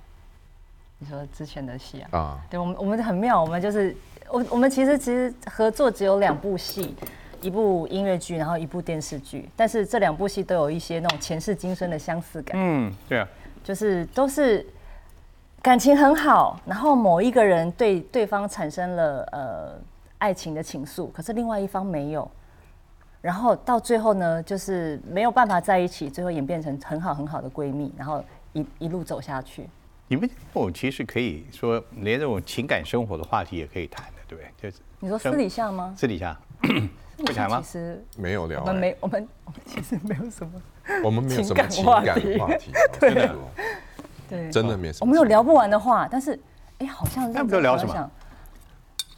S2: 你说之前的戏啊？
S3: 啊，
S2: 对，我们我们很妙，我们就是我我们其实其实合作只有两部戏。一部音乐剧，然后一部电视剧，但是这两部戏都有一些那种前世今生的相似感。
S1: 嗯，对啊，
S2: 就是都是感情很好，然后某一个人对对方产生了呃爱情的情愫，可是另外一方没有，然后到最后呢，就是没有办法在一起，最后演变成很好很好的闺蜜，然后一一路走下去。
S1: 你们我其实可以说，连这种情感生活的话题也可以谈的，对不对？就是
S2: 你说私底下吗？
S1: 私底下，会谈吗哦哎
S2: 其？实
S3: 没有聊
S2: 我们
S3: 欸，
S2: 没，我们我们其实没有什么，
S3: 我们没有什么
S2: 情
S3: 情
S2: 感
S3: 感
S2: 话
S3: 话题，
S2: 对
S3: 真的
S2: 对，
S3: 真的没有什么情感。
S2: 我们有聊不完的话，但是哎，好像认
S1: 那我们
S2: 真
S1: 都聊
S2: 想
S1: 什么
S2: 想？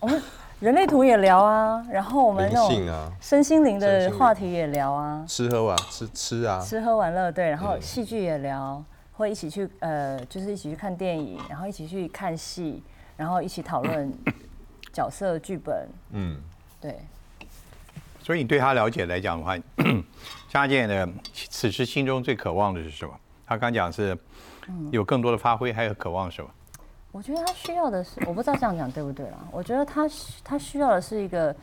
S2: 我们人类图也聊啊，然后我们那
S3: 灵性
S2: 种
S3: 啊，
S2: 身心灵
S3: 身
S2: 的
S3: 心灵
S2: 话题也聊啊，
S3: 吃喝啊，吃吃啊，
S2: 吃喝玩乐对，然后戏剧也聊，会一起去呃，就是一起去看电影，然后一起去看戏，然后一起讨论角色剧本，
S3: 嗯，
S2: 对，
S1: 所以你对他了解来讲的话，佳健的此时心中最渴望的是什么？他刚讲是有更多的发挥，还有渴望什么？
S2: 我觉得他需要的是，我不知道这样讲对不对啦。我觉得他需他需要的是一个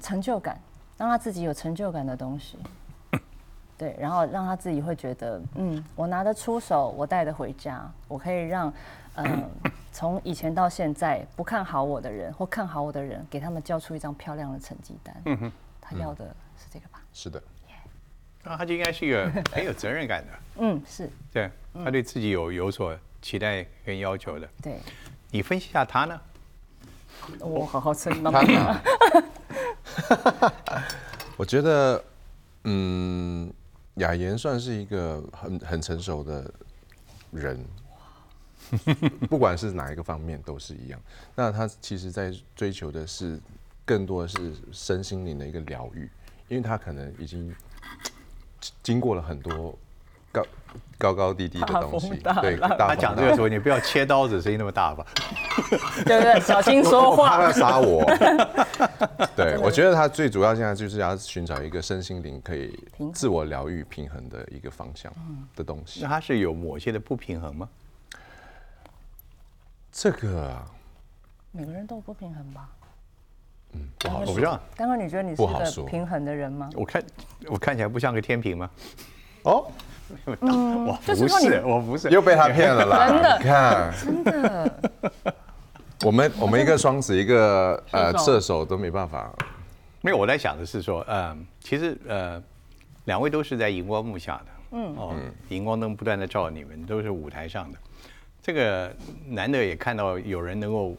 S2: 成就感，让他自己有成就感的东西。对，然后让他自己会觉得，嗯，我拿得出手，我带得回家，我可以让，嗯、从以前到现在不看好我的人或看好我的人，给他们交出一张漂亮的成绩单。嗯哼，他要的是这个吧？
S3: 是的，
S1: 那他就应该是一个很有责任感的，
S2: 嗯，是
S1: 对他对自己有有所期待跟要求的。
S2: 对，
S1: 你分析一下他呢？
S2: 我好好吃，慢
S3: 他
S2: 慢
S3: 呢？我觉得，嗯，雅妍算是一个很很成熟的人，不管是哪一个方面都是一样。那他其实在追求的是更多的是身心灵的一个疗愈，因为他可能已经经过了很多高高高低低的
S2: 大
S3: 东西
S2: 风，大
S3: 对，
S2: 浪
S1: 他
S3: 大风
S1: 讲这
S3: 大
S1: 个
S3: 浪
S1: 时候，你不要切刀子，声音那么大吧？
S2: 对对，小心说
S3: 他
S2: 话。
S3: 要杀 我。对，我觉得他最主要现在就是要寻找一个身心灵可以
S2: 平衡
S3: 自我疗愈、平衡的一个方向
S2: 嗯
S3: 的东西
S1: 那。他是有某些的不平衡吗？
S3: 这个啊
S2: 每个人都有不平衡吧？
S3: 不好
S1: 我不
S3: 说
S1: 知道，
S2: 刚刚你觉得你是
S3: 不好
S2: 一
S3: 说
S2: 个平衡的人吗？
S1: 我看我看起来不像个天平吗？
S3: 哦，
S1: 我
S2: 嗯就是
S1: 不
S2: 说你
S1: 是，我不是。
S3: 又被他骗了 啦！
S2: 真的
S3: 你看，
S2: 真的，
S3: 我们我们一个双子，一个呃
S2: 射手
S3: 射手都没办法。
S1: 没有，我在想的是说，呃，其实呃，两位都是在荧光幕下的，嗯，哦，荧光灯不断的照你们，都是舞台上的。这个难得也看到有人能够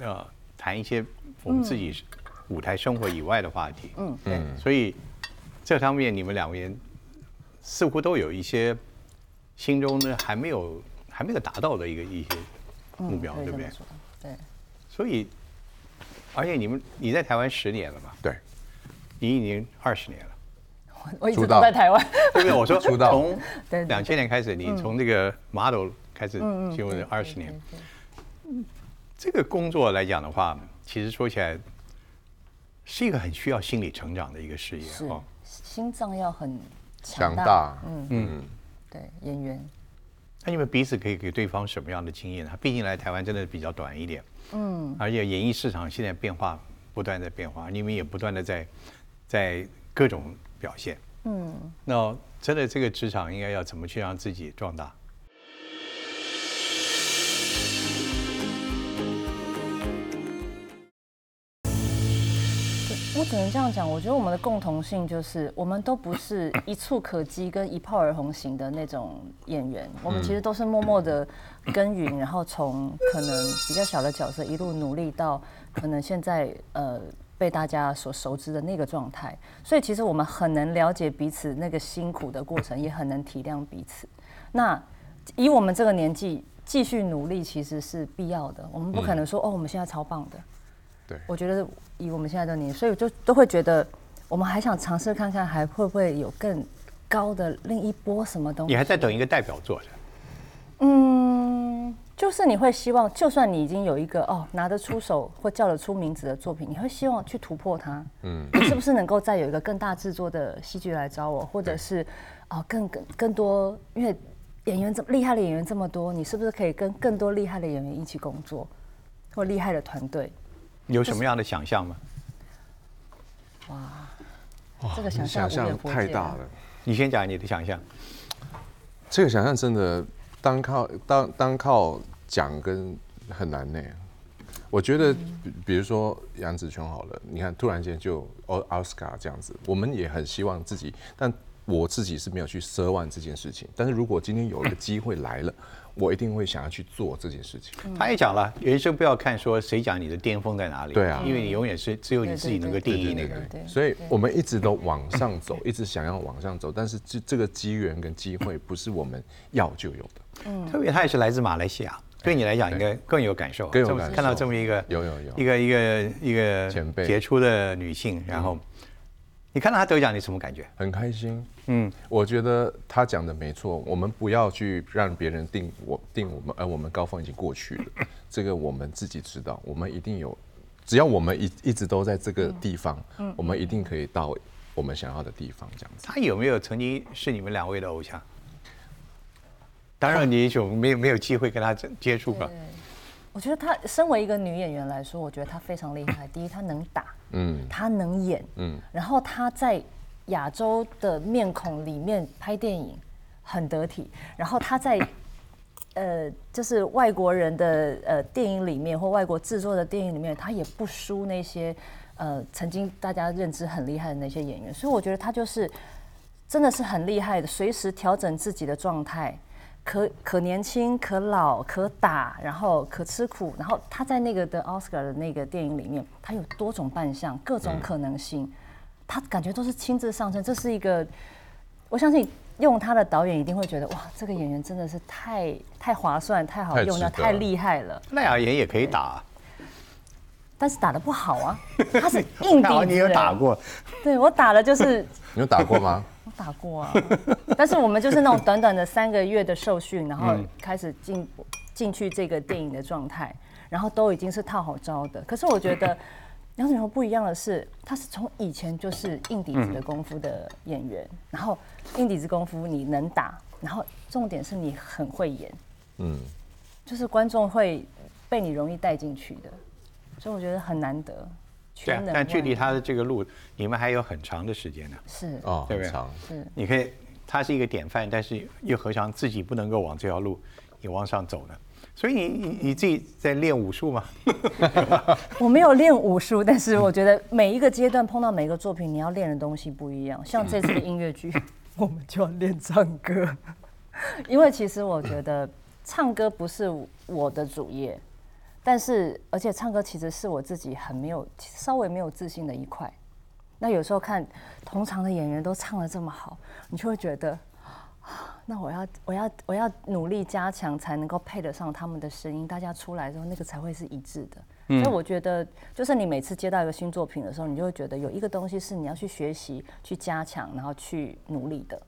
S1: 呃谈一些我们自己
S2: 嗯
S1: 舞台生活以外的话题，嗯，对，所以这方面你们两位似乎都有一些心中呢还没有还没有达到的一个一些目标，
S2: 嗯可以
S1: 对
S2: 这
S1: 不
S2: 么
S1: 对？
S2: 说对，
S1: 所以，而且你们你在台湾十年了嘛？
S3: 对，
S1: 你已经二十年了，
S2: 我一直
S3: 主
S2: 都
S3: 导
S2: 在台湾。
S1: 对不对？我说
S3: 出道
S1: 从
S2: 对对
S1: 两千年开始，你从这个 model 开始进入二十年，这个工作来讲的话，其实说起来是一个很需要心理成长的一个事业
S2: 是
S1: 哦。
S2: 心脏要很
S3: 强
S2: 强
S3: 大
S2: 嗯
S3: 嗯
S2: 嗯，对，演员
S1: 那你们彼此可以给对方什么样的经验呢？他毕竟来台湾真的比较短一点，嗯，而且演艺市场现在变化不断在变化，你们也不断的在在各种表现，嗯，那真的这个职场应该要怎么去让自己壮大？
S2: 我只能这样讲，我觉得我们的共同性就是，我们都不是一触可及跟一炮而红型的那种演员，我们其实都是默默的耕耘，然后从可能比较小的角色一路努力到可能现在呃被大家所熟知的那个状态，所以其实我们很能了解彼此那个辛苦的过程，也很能体谅彼此。那以我们这个年纪继续努力，其实是必要的，我们不可能说、哦我们现在超棒的。
S3: 对，
S2: 我觉得以我们现在的年纪，所以就都会觉得，我们还想尝试看看，还会不会有更高的另一波什么东
S1: 你
S2: 西？
S1: 还在等一个代表作的，
S2: 嗯，就是你会希望，就算你已经有一个哦拿得出手或叫得出名字的作品，你会希望去突破它。嗯，你是不是能够再有一个更大制作的戏剧来找我，或者是哦更更更多，因为演员这么厉害的演员这么多，你是不是可以跟更多厉害的演员一起工作，或厉害的团队？
S1: 有什么样的想象吗？
S2: 这个想象
S3: 想
S2: 无远
S3: 象
S2: 佛界
S3: 太
S2: 啊
S3: 大了。
S1: 你先讲你的想象，
S3: 这个想象真的单靠单单靠讲跟很难呢。我觉得，比比如说杨紫琼好了，你看突然间就奥奥斯卡这样子，我们也很希望自己，但我自己是没有去奢望这件事情。但是如果今天有一个机会 来了，我一定会想要去做这件事情。
S2: 嗯
S1: 他也讲了，人生不要看说谁讲你的巅峰在哪里，
S3: 对啊
S1: 因为你永远是只有你
S2: 对
S1: 自己
S2: 对
S1: 能够定
S2: 对
S1: 义
S3: 对
S1: 那
S3: 对
S1: 个。
S3: 对
S2: 对
S3: 所以我们一直都往上走，一直想要往上走，但是这这个机缘跟机会不是我们要就有的。
S2: 嗯
S1: 特别他也是来自马来西亚，对你来讲应该更有感受啊，
S3: 更有
S1: 这么
S3: 感受
S1: 看到这么一个
S3: 有有有
S1: 一个一个一个
S3: 前辈嗯
S1: 杰出的女性，然后你看到她得奖，你什么感觉？
S3: 很开心。嗯，我觉得他讲的没错，我们不要去让别人定我定我们，而、我们高峰已经过 去了，这个我们自己知道，我们一定有，只要我们一一直都在这个地方，
S1: 嗯
S3: 我们一定可以到我们想要的地方，这样子。
S1: 她有没有曾经是你们两位的偶像？当然你也就没有没有机会跟他接触了。
S2: 我觉得她身为一个女演员来说，我觉得她非常厉 害。第一，她能打，嗯，她能演，嗯，然后她在亚洲的面孔里面拍电影很得体，然后她在呃，就是外国人的呃电影里面或外国制作的电影里面，她也不输那些呃曾经大家认知很厉害的那些演员，所以我觉得她就是真的是很厉害的，随时调整自己的状态，可可年轻，可老，可打，然后可吃苦，然后他在那个的 Oscar 的那个电影里面，他有多种扮相，各种可能性，他感觉都是亲自上阵，这是一个，我相信。用他的导演一定会觉得哇，这个演员真的是太太划算、太好
S3: 太
S2: 用了、
S3: 值得
S2: 太
S3: 了
S2: 厉害了。
S1: 赖雅妍也可以打，啊
S2: 但是打得不好啊，他是硬
S1: 赖雅
S2: 底
S1: 妍
S2: 子。
S1: 你有打？过，
S2: 对我打了就是
S3: 你有打过吗？
S2: 我打过啊， 但是我们就是那种短短的三个月的受训，然后开始进进去这个电影的状态，然后都已经是套好招的。可是我觉得杨紫琼不一样的是，她是从以前就是硬底子的功夫的演员，然后硬底子功夫你能打，然后重点是你很会演，
S3: 嗯，
S2: 就是观众会被你容易带进去的，所以我觉得很难得。
S1: 对
S2: 全
S1: 啊
S2: 能，
S1: 但距离
S2: 万能
S1: 他的这个路，你们还有很长的时间呢。
S2: 是
S3: 哦，
S1: 对不对
S3: 很长，
S1: 你可以，他是一个典范，但是又何尝自己不能够往这条路也往上走呢？所以你你你自己在练武术嘛，
S2: 我没有练武术，但是我觉得每一个阶段碰到每个作品，你要练的东西不一样。像这次的音乐剧， 我们就要练唱歌， 因为其实我觉得唱歌不是我的主业，但是而且唱歌其实是我自己很没有稍微没有自信的一块。那有时候看同场的演员都唱的这么好，你就会觉得，啊那我要我要我要努力加强，才能够配得上他们的声音，大家出来之后那个才会是一致的。
S3: 嗯
S2: 所以我觉得，就是你每次接到一个新作品的时候，你就会觉得有一个东西是你要去学习、去加强，然后去努力的。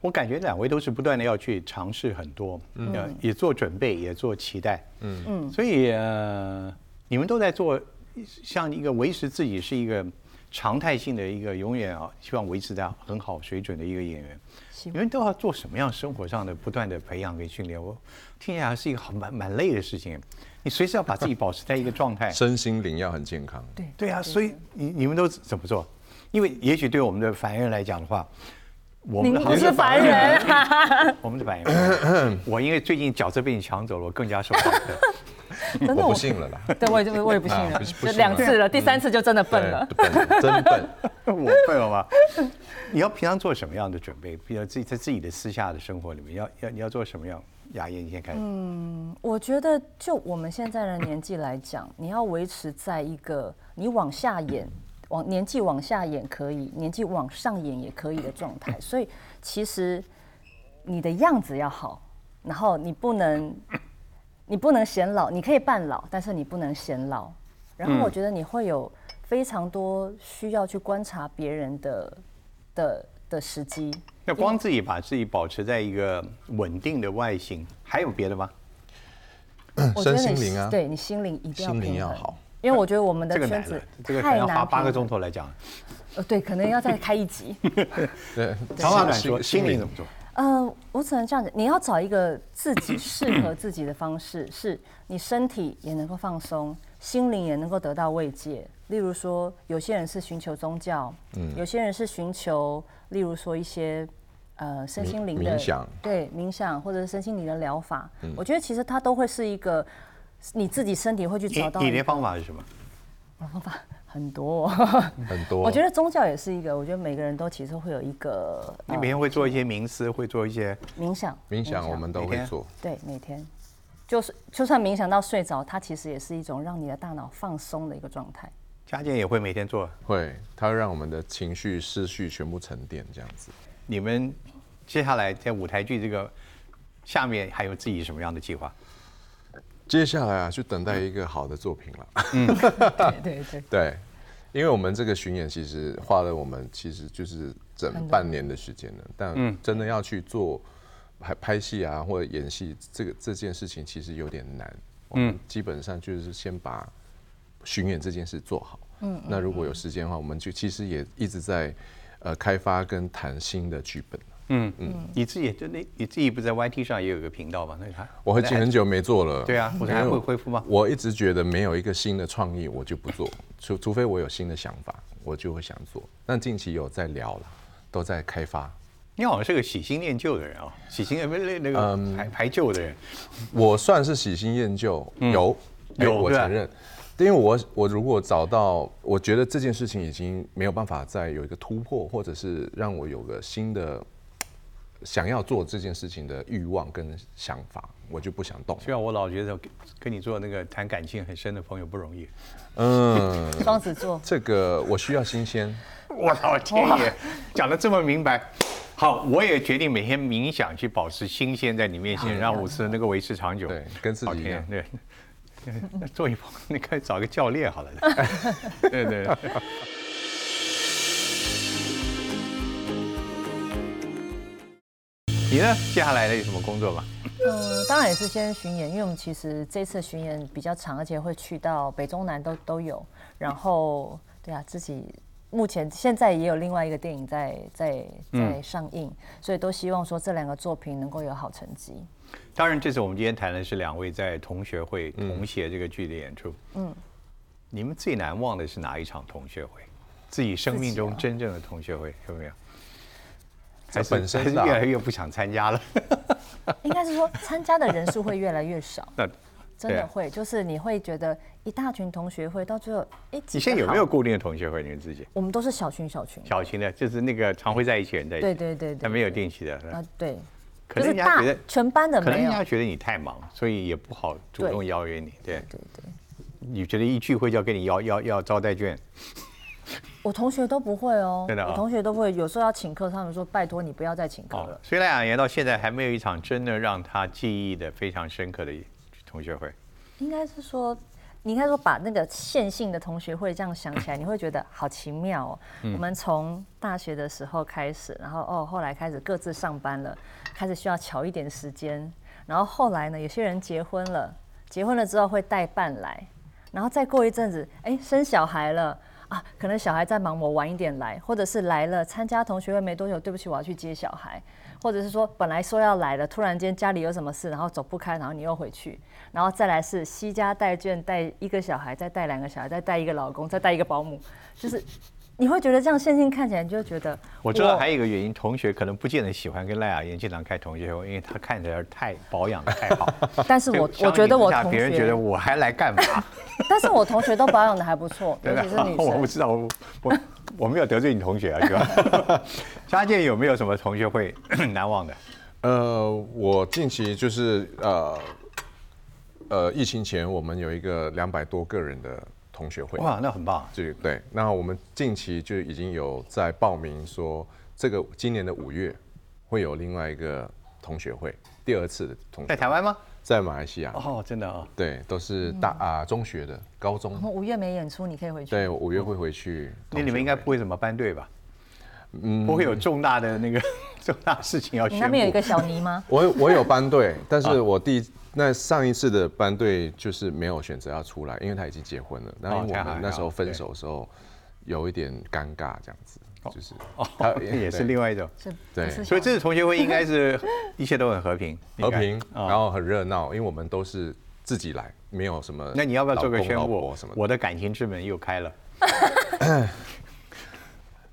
S1: 我感觉两位都是不断的要去尝试很多，嗯，也做准备，也做期待，嗯嗯，所以呃，你们都在做像一个维持自己是一个常态性的一个永远啊，希望维持在很好水准的一个演员，
S2: 希
S1: 你
S2: 望
S1: 们都要做什么样生活上的不断的培养跟训练？我听起来是一个很蛮蛮累的事情，你随时要把自己保持在一个状 态，
S3: 身心灵要很健康。
S2: 对
S1: 对啊，所以你你们都怎么做？因为也许对我们的凡人来讲的话，我们
S2: 您
S1: 的行
S2: 不
S1: 业
S2: 是凡人啊，
S1: 我们的反应，我因为最近角色被你抢走了，我更加受不了。
S2: 真的
S3: 我
S2: 我
S3: 不，信了啦，
S2: 对我也就我也不信了，
S3: 啊不信
S2: 就两次了，第三次就真的笨了。
S3: 对，笨，真笨。
S1: 我会了吗？ 你要平常做什么样的准备？比如自己在自己的私下的生活里面，要要你要做什么样？雅燕，你先开始。
S2: 嗯我觉得，就我们现在的年纪来讲，你要维持在一个你往下演，往年纪往下演可以，年纪往上演也可以的状态。所以其实你的样子要好，然后你不能你不能显老，你可以扮老，但是你不能显老。然后我觉得你会有非常多需要去观察别人的的的时机，
S1: 那光自己把自己保持在一个稳定的外形，还有别的吗？
S2: 我觉得
S3: 身
S2: 你
S3: 心灵啊
S2: 对你心灵一定要
S3: 心灵
S2: 平
S3: 要
S2: 衡
S3: 好，
S2: 因为我觉得我们
S1: 这
S2: 的
S1: 个
S2: 圈
S1: 难
S2: 子
S1: 了，这个可
S2: 太
S1: 能
S2: 难
S1: 要花八个
S2: 平衡
S1: 钟头来讲。
S2: 呃，对，可能要再开 一集。
S3: 对，
S1: 长话短
S3: 心
S1: 说，心里
S3: 灵
S1: 怎么做？
S2: 呃，我只能这样子，你要找一个自己适合自己的方式，是你身体也能够放松，心灵也能够得到慰藉。例如说，有些人是寻求宗教，
S1: 嗯
S2: 有些人是寻求，例如说一些呃身心灵的
S3: 冥想
S2: 对冥想或者是身心灵的疗法。
S1: 嗯
S2: 我觉得其实它都会是一个你自己身体会去找到
S1: 你你
S2: 一
S1: 的
S2: 个
S1: 方法是什么？
S2: 很多、
S3: 很多。
S2: 我觉得宗教也是一个，我觉得每个人都其实会有一个、
S1: 你
S2: 呃
S1: 每天会做一些冥思，会做一些
S2: 冥想，
S3: 冥想我们都
S1: 每
S3: 会
S1: 天
S3: 做，
S2: 对，每天，就是就算冥想到睡着，它其实也是一种让你的大脑放松的一个状态。
S1: 家健也会每天做。
S3: 会，它会让我们的情绪、思绪全部沉淀，这样子。
S1: 你们接下来在舞台剧这个下面还有自己什么样的计划？
S3: 接下来啊，去等待一个好的作品了。
S2: 对对对，
S3: 对，因为我们这个巡演其实花了我们其实就是整半年的时间了，但真的要去做拍拍戏啊或者演戏，这个这件事情其实有点难。我们基本上就是先把巡演这件事做好。嗯，那如果有时间的话，我们就其实也一直在呃开发跟谈新的剧本。
S1: 嗯嗯，你自己就那你自己不在 YT 上也有一个频道嘛？那个还
S3: 我已经很久没做了。
S1: 对啊我还会恢复吗
S3: 我一直觉得没有一个新的创意，我就不做，除除非我有新的想法，我就会想做。但近期有在聊了，都在开发。
S1: 你好像是个喜新厌旧的人啊、喜新厌不是那个
S3: 嗯
S1: 排排旧的人，
S3: 我算是喜新厌旧，有哎
S1: 嗯有
S3: 我
S1: 对啊
S3: 承认。因为我我如果找到，我觉得这件事情已经没有办法再有一个突破，或者是让我有个新的想要做这件事情的欲望跟想法，我就不想动了。
S1: 虽然我老觉得跟跟你做那个谈感情很深的朋友不容易，
S3: 嗯，
S2: 双子座，
S3: 这个我需要新鲜。
S1: 我老天爷，讲的这么明白。好，我也决定每天冥想去保持新鲜在你面前，让我是能够维持长久。
S3: 嗯对跟自己
S1: 老天
S3: 一样
S1: 爷对。那 做一帮，那个找个教练好 了。对对对。你呢？接下来的有什么工作吗？
S2: 嗯，当然也是先巡演，因为我们其实这次巡演比较长，而且会去到北中南都都有。然后，对啊，自己目前现在也有另外一个电影在在在上映，所以都希望说这两个作品能够有好成绩。
S1: 当然，这次我们今天谈的是两位在同学会、
S3: 嗯
S1: 同学这个剧的演出。嗯，你们最难忘的是哪一场同学会？自己生命中真正的同学会有没有？还是
S3: 本身
S1: 还是
S3: 的啊
S1: 越来越不想参 加了。，
S2: 应该是说参加的人数会越来越少
S1: 那
S2: 真
S1: 对
S2: 的
S1: 啊
S2: 会，就是你会觉得一大群同学会到最后，哎，
S1: 你现在有没有
S2: 几个好？
S1: 固定的同学会？你们自己
S2: 我们都是小群小群，
S1: 小型的，就是那个常会在一起的人在一起。
S2: 对对对对
S1: 但没有定期的。
S2: 啊，对，
S1: 可能
S2: 就是
S1: 人家
S2: 大
S1: 觉得，
S2: 全班的
S1: 可能
S2: 没
S1: 人
S2: 有，
S1: 家觉得你太忙，所以也不好主
S2: 对
S1: 动邀约你。对，
S2: 对对。
S1: 你觉得一聚会就要跟你要要要招待券？
S2: 我同学都不会哦，
S1: 真的啊哦
S2: 我同学都不会，有时候要请客，他们说拜托你不要再请客了。
S1: 虽然两言到现在还没有一场真的让他记忆的非常深刻的同学会，
S2: 应该是说，你应该说把那个线性的同学会这样想起来，你会觉得好奇妙哦。我们从大学的时候开始，然后哦，后来开始各自上班了，开始需要瞧一点时间，然后后来呢，有些人结婚了，结婚了之后会带伴来，然后再过一阵子，哎，生小孩了。啊，可能小孩在忙，我晚一点来，或者是来了参加同学会没多久，对不起，我要去接小孩，或者是说本来说要来的，突然间家里有什么事，然后走不开，然后你又回去，然后再来是惜家带眷，带一个小孩，再带两个小孩，再带一个老公，再带一个保姆，就是你会觉得这样线性看起来，你就觉得
S1: 我知道还有一个原因，同学可能不见得喜欢跟赖雅妍经常开同学会，因为她看起来太保养的太好。
S2: 但 是我
S1: 这个
S2: 我觉得我
S1: 相比之下
S2: 同
S1: 别人觉得
S2: 学，
S1: 我还来干嘛？
S2: 但是我同学都保养的还不错，
S1: 对
S2: 尤
S1: 吧啊
S2: 其是女
S1: 我不
S2: 生。
S1: 知道，我我我没有得罪你同学啊，是吧？ 家健有没有什么同学会 难忘的？
S3: 呃，我近期就是呃呃，疫情前我们有一个两百多个人的同学会，
S1: 哇，那很棒。啊
S3: 对对。那我们近期就已经有在报名说，这个今年的五月会有另外一个同学会，第二次的同
S1: 在
S3: 学
S1: 台湾吗？
S3: 在马来西亚，
S1: 哦，真的啊、
S3: 对，都是大啊、中学的、高中
S2: 我，们五月没演出，你可以回去。
S3: 对，我五月会回去同学会。
S1: 哦那你们应该不会怎么班队吧？嗯，不会有重大的那个 重大事情要宣
S2: 你
S1: 布。
S2: 那边有一个小尼吗？
S3: 我有我有班队，但是我第一那上一次的班队就是没有选择要出来，因为他已经结婚了。然后我
S1: 这样还好
S3: 们那时候分手的时候有一点尴尬，这样子就是他
S1: 哦， 也是另外一种。
S2: 是，
S3: 对
S2: 不是
S1: 所以这次同学会应该是 一切都很和平，
S3: 和平
S1: 应，该
S3: 然。后很热闹，因为我们都是自己来，没有什么。
S1: 那你要不要做个宣
S3: 老公老
S1: 布
S3: 婆什？么的？
S1: 我的感情之门又开了。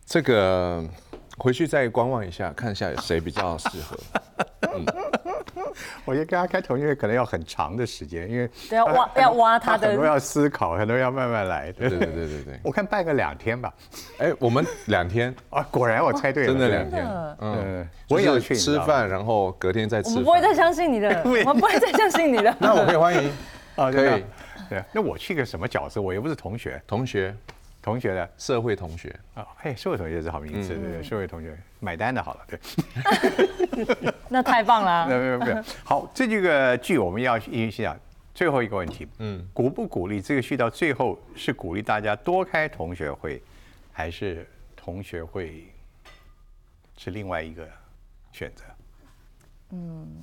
S3: 这个回去再观望一下，看一下谁比较适 合。
S1: 我觉得跟他开同学会可能要很长的时间，因为
S2: 对要挖要挖他
S1: 哎很多
S2: 的，
S1: 要思考，很多要慢慢来。对
S3: 对对对对对。
S1: 我看办个两天吧。
S3: 哎，我们两天，
S1: 啊，果然我 猜对了，
S3: 真的两
S1: 对
S3: 天
S2: 的，
S1: 嗯，我也要
S3: 就是
S1: 去
S3: 吃。饭，然后隔天再
S2: 我
S3: 吃
S2: 们
S3: 饭。
S2: 不会再相信你的， 我们不会再相信你的。
S3: 那我可以欢迎
S1: 啊，
S3: 可以
S1: 可以。对，那我去个什么角色？我又不是同学，
S3: 同学，
S1: 同学的
S3: 社会同学。
S1: 啊，嘿，社会同学是好名字，对
S3: 嗯
S1: 对，社会同学买单的好 了，对。
S2: 那太棒啊啦、
S1: 没有没有没有。好，这这个剧我们要一起讲最后一个问题，嗯，鼓不鼓励这个剧到最后是鼓励大家多开同学会，还是同学会是另外一个选择？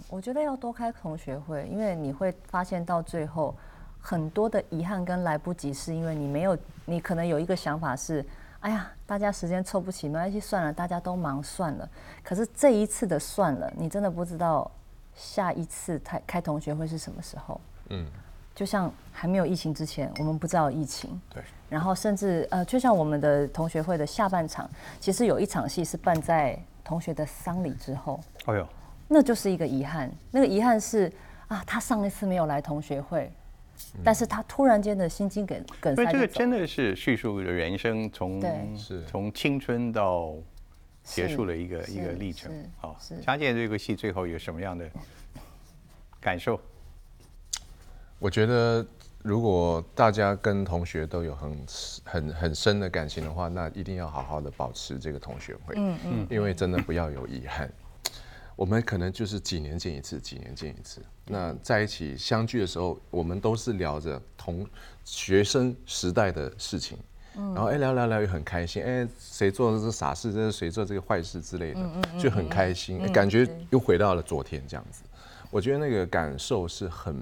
S2: 我觉得要多开同学会，因为你会发现到最后很多的遗憾跟来不及，是因为你没有，你可能有一个想法是哎呀，大家时间凑不齐，没关系，算了，大家都忙算了。可是这一次的算了，你真的不知道下一次开开同学会是什么时候。嗯，就像还没有疫情之前，我们不知道疫情。
S3: 对。
S2: 然后甚至呃，就像我们的同学会的下半场，其实有一场戏是办在同学的丧礼之后。
S1: 哎呦，
S2: 那就是一个遗憾。那个遗憾是啊，他上一次没有来同学会，
S3: 嗯
S2: 但是他突然间的心肌梗梗
S1: 所
S2: 塞
S1: 以
S2: 就
S1: 这个
S2: 走了，
S1: 真的是叙述的人生从
S2: 对
S3: 是
S1: 从青春到结
S2: 是
S1: 束的一个一个
S2: 是
S1: 历程
S2: 是。
S1: 好
S2: 是，
S1: 佳健这个戏最后有什么样的感受？
S3: 我觉得如果大家跟同学都有很很很深的感情的话，那一定要好好的保持这个同学会，嗯嗯，因为真的不要有遗憾。我们可能就是几年见一次，几年见一次。那在一起相聚的时候，我们都是聊着同学生时代的事情，
S2: 嗯
S3: 然后哎聊聊聊也很开心，哎谁做了这傻事，这是谁做这个坏事之类
S2: 嗯
S3: 的，就很开心，感觉又回到了昨天这样子。我觉得那个感受是很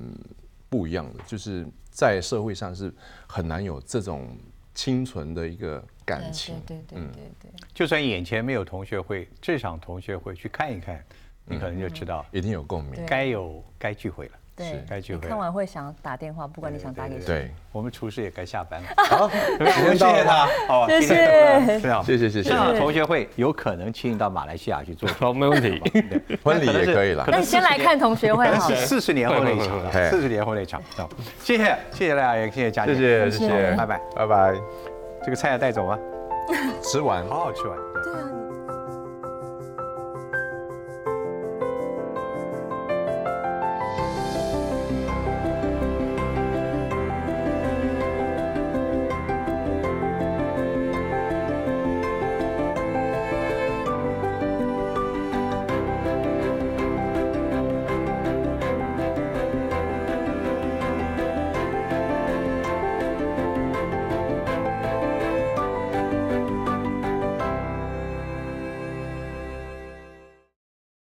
S3: 不一样的，就是在社会上是很难有这种清纯的一个感情。
S2: 对对对对对。
S1: 就算眼前没有同学会，这场同学会去看一看，你可能就知道
S3: 一定有共鸣，
S1: 该有该聚会了。
S2: 嗯对，
S1: 该聚
S2: 你
S1: 会
S2: 看
S1: 了
S2: 完会想打电话，不管你想打给谁。
S3: 对，
S1: 我们厨师也该下班 了。好，我们谢谢他，好，
S2: 谢
S1: 今天
S2: 谢
S1: 这样
S3: 谢谢谢
S1: 这
S3: 谢，
S1: 场同学会有可能请你到马来西亚去做
S4: 好，没问题。
S3: 婚礼也可以啦。
S2: 那你先来看同学会好
S1: 是
S2: 了。
S1: 哎四十年后的一场了，
S3: 嘿
S1: 四十年后的一场。好谢谢，谢谢大家，也谢谢佳姐，嗯
S3: 谢谢
S2: 谢谢
S1: 拜拜。
S3: 拜拜。
S1: 这个菜要带走吗？啊
S3: 吃完。
S1: 好好吃完。对
S2: 对啊